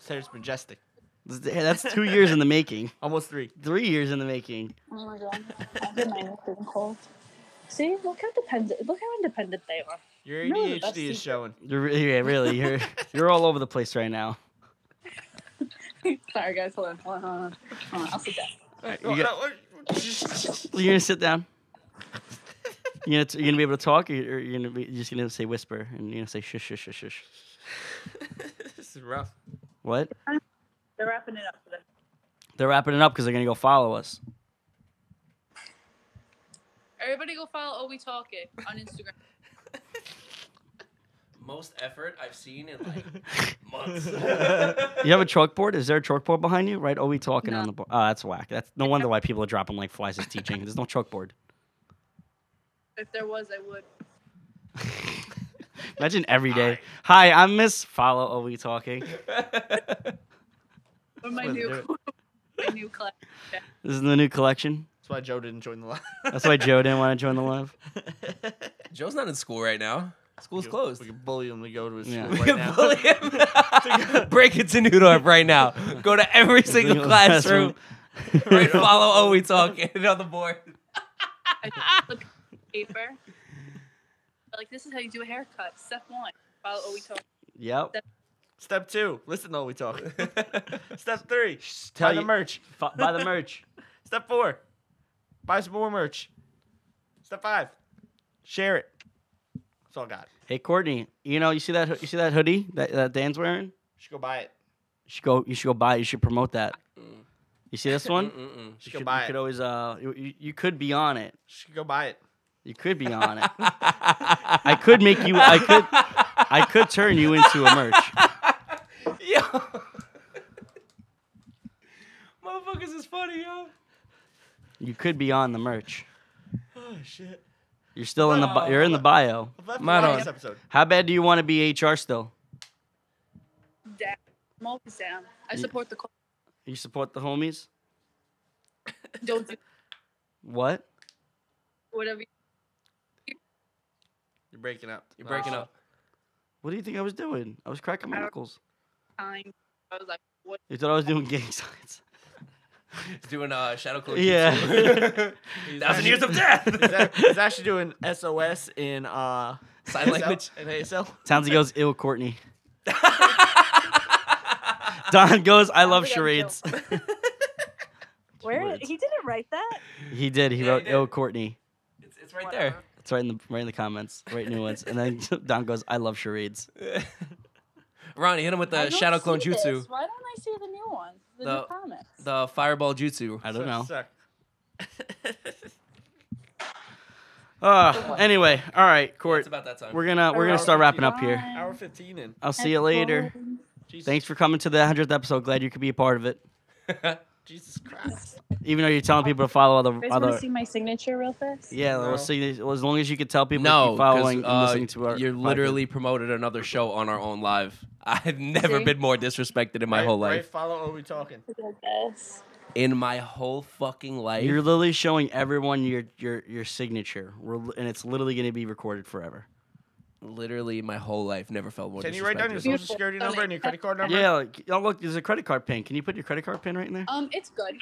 this hair's majestic. That's two years in the making. Almost three. Three years in the making. oh my god, I get my neck getting cold. See, look how dependent. Look how independent they are. Your No, ADHD that's is secret. showing. You're re- yeah, really. You're you're all over the place right now. Sorry, guys. Hold on. Hold on. Hold on. Hold on. I'll sit down. You got- You're gonna sit down. You're gonna, t- you're gonna be able to talk, or you're, you're gonna be you're just gonna say whisper, and you're gonna say shush, shush, shush, shush. this is rough. What? They're wrapping it up. They're wrapping it up because they're gonna go follow us. Everybody, go follow Oh We Talk It on Instagram. Most effort I've seen in like months. You have a chalkboard? Is there a chalkboard behind you? Right? Oh, we talking on No. the board. Oh, that's whack. That's no wonder why people are dropping like flies is teaching. There's no chalkboard. If there was, I would. Imagine every day. Hi, I'm Miss Follow. Oh, we talking. Or my Let's new, do my new class. This is the new collection. That's why Joe didn't join the live. That's why Joe didn't want to join the live. Joe's not in school right now. School's closed. We can bully him to go to his Yeah. school right now. Bully him. Break into Newdorf right now. Go to every single classroom. Right, follow Oh We Talking on the board. I just flip paper. Like this is how you do a haircut. Step one. Follow Oh We Talk. Yep. Step two, listen to all we talk. Step three, tell buy the you- merch. F- buy the merch. Step four, buy some more merch. Step five, share it. That's all I got. Hey Courtney, you know you see that you see that hoodie that, that Dan's wearing? You You should go buy it. should go. You should go buy. it. You should promote that. You see this one? You Mm-mm-mm. You should could- go you buy it. could You always uh you- you, you could be on it. should go buy it. You could be on it. I could make you. I could. I could turn you into a merch. Yo. Motherfuckers is funny, yo. You could be on the merch. Oh shit. You're still in the. Bi- you're in the bio. I've left Mine out on. this episode. How bad do you want to be HR still? Down. I'm always down. I support the cause. You support the homies? Don't do What? whatever. you- You're breaking up. You're breaking up. What do you think I was doing? I was cracking my knuckles. Time. I was like, what? You thought I was doing gang signs? He's doing uh, Shadow Clone. Yeah. Thousand years of death. He's act- He's actually doing SOS in uh Sign language. and ASL. Townsy goes ill, Courtney. Don goes, I love think I'm ill." charades. Where Words. he didn't write that. He did. He Yeah, he wrote did. ill, Courtney. It's, it's right there. It's right in the right in the comments, right in the ones. And then Don goes, I love charades. Ronnie, hit him with I the don't Shadow see Clone this. Jutsu. Why don't I see the new one? The, The- new comments. The Fireball Jutsu. I don't know. Suck. Uh, anyway, all right, It's Court. about that time. We're gonna Uh, we're gonna start wrapping up here. Bye. Hour 15 in. I'll see you later. Jesus, Thanks for coming to the hundredth episode. Glad you could be a part of it. Jesus Christ. Even though you're telling people to follow other Oh, You guys want other. to see my signature real fast? Yeah, No. we'll see. Well, as long as you can tell people to no, keep 'cause, following and uh, listening to our. you're podcast. literally promoted another show on our own live. I've never See? been more disrespected in my Right- whole right, life. follow what we talking. Yes. In my whole fucking life. You're literally showing everyone your your your signature, We're li- and it's literally going to be recorded forever. literally my whole life never felt more Can you write down your disrespected. social Beautiful. security Done number it. and your credit card number? Uh, Yeah, like, oh look, there's a credit card pin. Can you put your credit card pin right in there? Um, it's good.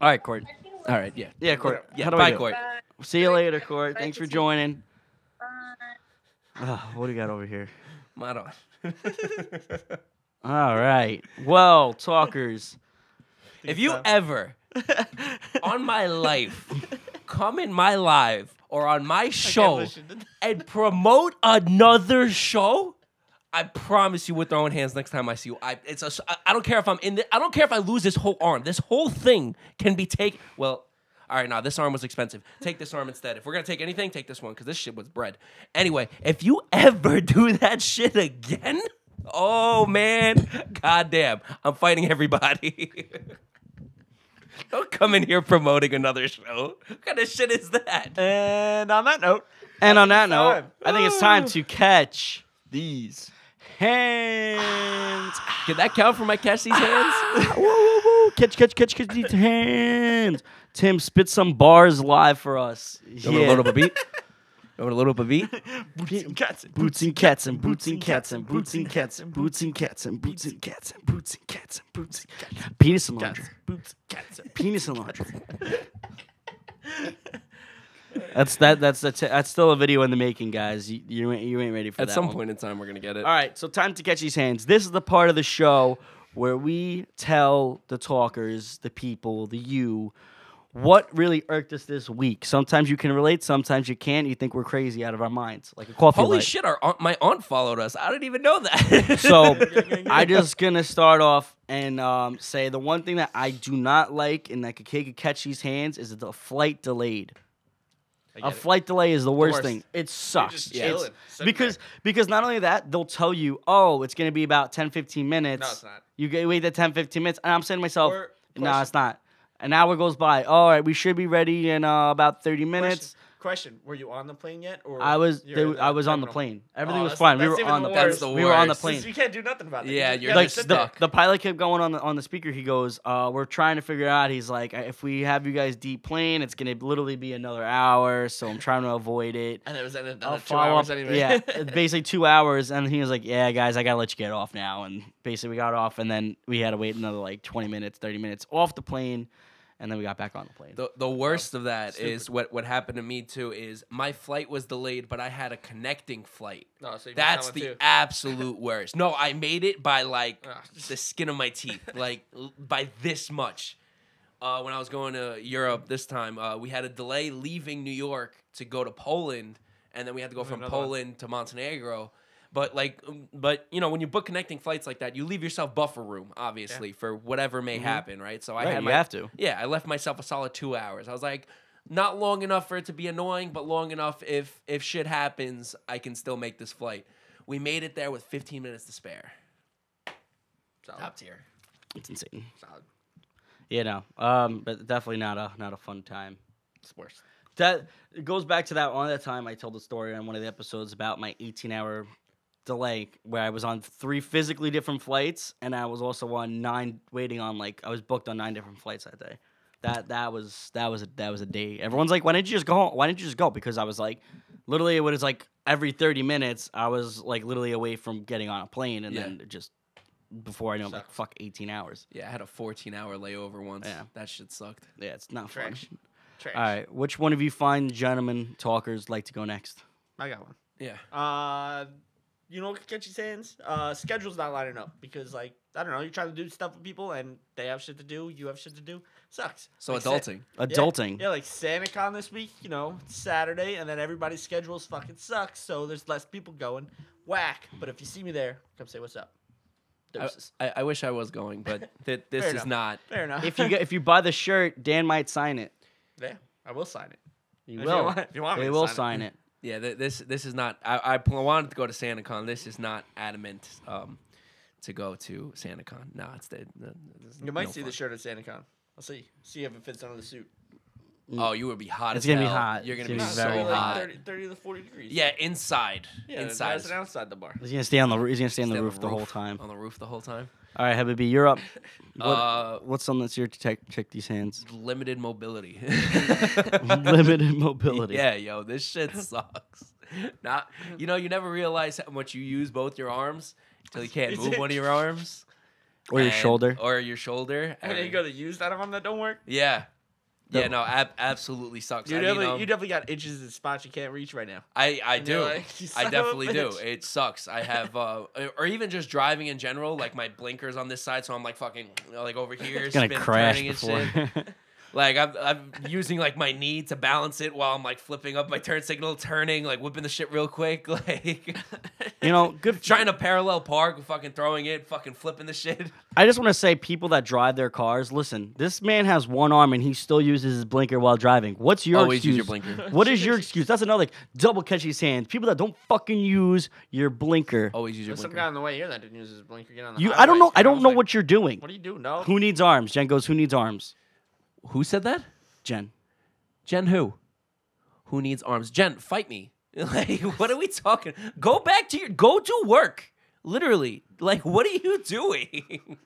All right, Court. All right, yeah. Yeah, Court. Yeah, How do I bye, do? Court. Bye. See you later, Court. Thanks for Bye. joining. uh, Bye. Ah, what do you got over here? Mod on. All right. Well, talkers. If you ever, on my life, come in my live or on my show and promote another show, I promise you, we're throwing hands next time I see you. I it's a, I- I don't care if I'm in the, I don't care if I lose this whole arm. This whole thing can be taken. Well, all right, now this arm was expensive. Take this arm instead. If we're gonna take anything, take this one because this shit was bread. Anyway, if you ever do that shit again, oh man, goddamn, I'm fighting everybody. don't come in here promoting another show. What kind of shit is that? And on that note, And on that note, time. I think it's time to catch these hands. Can that count for my catch these hands? woo, woo, woo. Catch, catch, catch, catch these hands. Tim, spit some bars live for us. You want me to load Yeah. up a beat? You want me to load up a beat? cats. Boots and cats and boots and cats and boots and cats and boots and cats and boots and cats and boots and cats and boots and cats. Penis and laundry. boots, cats. Penis and laundry. That's that. That's that's that's still a video in the making, guys. You you ain't, you ain't ready for At that some one. point in time, we're gonna get it. All right, so time to catch these hands. This is the part of the show where we tell the talkers, the people, the you, what really irked us this week. Sometimes you can relate, sometimes you can't. You think we're crazy out of our minds, like a coffee Holy light. shit! Our aunt, my aunt followed us. I didn't even know that. So I just gonna start off and um, say the one thing that I do not like and that could could catch these hands is the flight delayed. A flight delay is the worst, worst. thing. It sucks. Yeah. It's- chilling, because because not only that, they'll tell you, "Oh, it's going to be about 10 15 minutes." No, it's not. You get wait the 10 15 minutes and I'm saying to myself, Or- "No, question. it's not." An hour goes by. All right, we should be ready in uh, about 30 minutes. Question, question: Were you on the plane yet? Or I was you're they- in I was on the terminal? plane. Everything Oh, was that's- fine. We that's were even on the worse. That's plane. the We were on the worst. plane. Since you can't do nothing about it. Yeah, You just you're gotta like just sit the, there. stuck. the pilot kept going on the on the speaker. He goes, uh, "We're trying to figure out." He's like, "If we have you guys deplane, it's gonna literally be another hour, so I'm trying to avoid it." and it was another I'll follow up. Yeah, it's basically two hours, and he was like, "Yeah, guys, I gotta let you get off now." And basically, we got off, and then we had to wait another like 20 minutes, 30 minutes off the plane, and then we got back on the plane. The, the worst of that is what, what happened to me too is my flight was delayed, but I had a connecting flight. No, so you missed that That's one the too. absolute worst. No, I made it by like Ah. the skin of my teeth, like l- by this much. Uh, when I was going to Europe this time, uh, we had a delay leaving New York to go to Poland, and then we had to go from another one. Poland to Montenegro. But like, um, but you know, when you book connecting flights like that, you leave yourself buffer room, obviously, for whatever may happen, right? So I Mm-hmm. Right, had you my have to. yeah, I left myself a solid two hours. I was like, not long enough for it to be annoying, but long enough if if shit happens, I can still make this flight. We made it there with 15 minutes to spare. Top tier. It's insane. Solid. You know, um, but definitely not a not a fun time. It's worse. That it goes back to that one that time I told the story on one of the episodes about my 18 hour delay where I was on three physically different flights and I was also on nine waiting on like I was booked on nine different flights that day. That that was that was a, that was a day. Everyone's like, why didn't you just go? Home? Why didn't you just go? Because I was like, literally, it was like every 30 minutes I was like literally away from getting on a plane and Yeah. then it just before I know, I'm like fuck 18 hours. Yeah, I had a 14 hour layover once. Yeah. That shit sucked. Yeah, it's not Trash. fun. Trash. All right, which one of you fine gentlemen talkers like to go next? I got one. Yeah. Uh, you know what could catch you hands? Uh, schedule's not lining up because, like, I don't know, you're trying to do stuff with people and they have shit to do, you have shit to do. Sucks. So Like, Sa- adulting. yeah, Adulting. Yeah, like SantaCon this week, you know, it's Saturday, and then everybody's schedules fucking sucks, so there's less people going. Whack. But if you see me there, come say what's up. I, Deuces. I, I wish I was going, but th- this Fair is enough. not. Fair enough. if you get, if you buy the shirt, Dan might sign it. yeah, I will sign it. You If will. want- if you want me they to will sign sign it. Yeah, th- this this is not. I, I pl- wanted to go to SantaCon. This is not adamant um, to go to SantaCon. No, it's the. the there's You might no see fun. the shirt at SantaCon. I'll see. See if it fits under the suit. Oh, you would be hot. Mm. It's as gonna be hell. hot. You're gonna It's be gonna be so very hot. hot. 30, 30 to 40 degrees. Yeah, inside. Yeah, inside. That's outside the bar. He's gonna stay on the. roo- He's gonna stay on the Stay on roof the whole time. On the roof the whole time. All right, Habibi, you're up. What, Uh, what's something that's here to take, take these hands? Limited mobility. Limited mobility. Yeah, yo, this shit sucks. Not, you know, you never realize how much you use both your arms until you can't move one of your arms Or your and- shoulder. or your shoulder. And then you and- go to use that one that don't work. yeah, yeah, no, ab- absolutely sucks. You I, definitely, mean, um, you definitely got itches and spots you can't reach right now. I, I and you're do. like, "You son I of a definitely do. bitch." It sucks. I have, uh, or even just driving in general, like my blinkers on this side, so I'm like fucking, you know, like over here, It's gonna spin, crash turning and before. shit. Like I'm, I'm using like my knee to balance it while I'm like flipping up my turn signal, turning, like whipping the shit real quick, like you know, good. trying to parallel park, fucking throwing it, fucking flipping the shit. I just want to say, people that drive their cars, listen. This man has one arm and he still uses his blinker while driving. What's your Always excuse? use your blinker. What is your excuse? That's another like, double catch his hand. People that don't fucking use your blinker. Always use your There's some blinker. guy on the way here that didn't use his blinker. Get on the you, highway. I don't know. I And don't was know like, what you're doing. What do you do? No. Who needs arms? Jen goes. Who needs arms? Who said that? Jen. Jen who? Who needs arms? Jen, fight me. Like, what are we talking? Go back to your go to work. Literally. Like, what are you doing?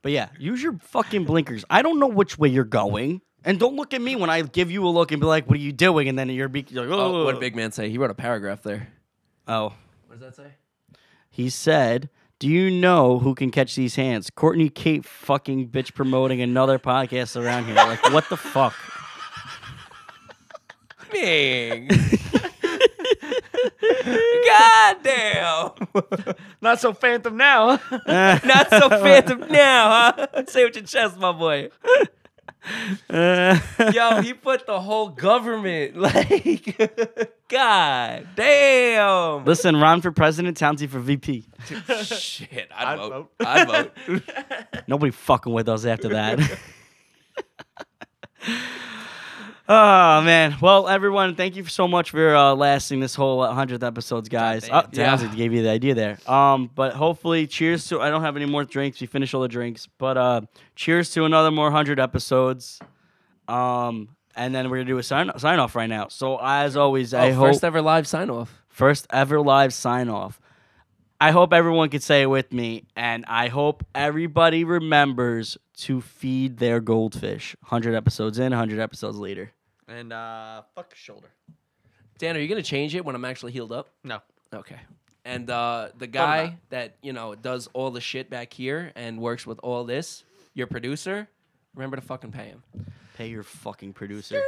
But yeah, use your fucking blinkers. I don't know which way you're going, and don't look at me when I give you a look and be like, "What are you doing?" And then you're, be- you're like, "Oh, oh, what did Big Man say? He wrote a paragraph there. oh." What does that say? He said, "Do you know who can catch these hands? Courtney Kate fucking bitch promoting another podcast around here. Like, what the fuck?" Bing. God damn. Not so phantom now. Not so phantom now, huh? Say it with your chest, my boy. Yo, he put the whole government like God damn. Listen, Ron for president, Townsy for VP. Shit, I'd, I'd vote. vote. I'd vote. Nobody fucking with us after that. oh man! Well, everyone, thank you so much for uh, lasting this whole hundredth episodes, guys. damn. Oh, Yeah. Townsend gave you the idea there. Um, but hopefully, cheers to. I don't have any more drinks. We finished all the drinks, but uh, cheers to another more hundred episodes. Um, and then we're gonna do a sign sign off right now. So as always, I hope Oh, first ever live sign off. first ever live sign off. I hope everyone could say it with me, and I hope everybody remembers to feed their goldfish. 100 episodes in, 100 episodes later. and uh, fuck shoulder. Dan, are you gonna change it when I'm actually healed up? No. Okay. And uh, the guy that you know does all the shit back here and works with all this, your producer, remember to fucking pay him. Pay your fucking producer.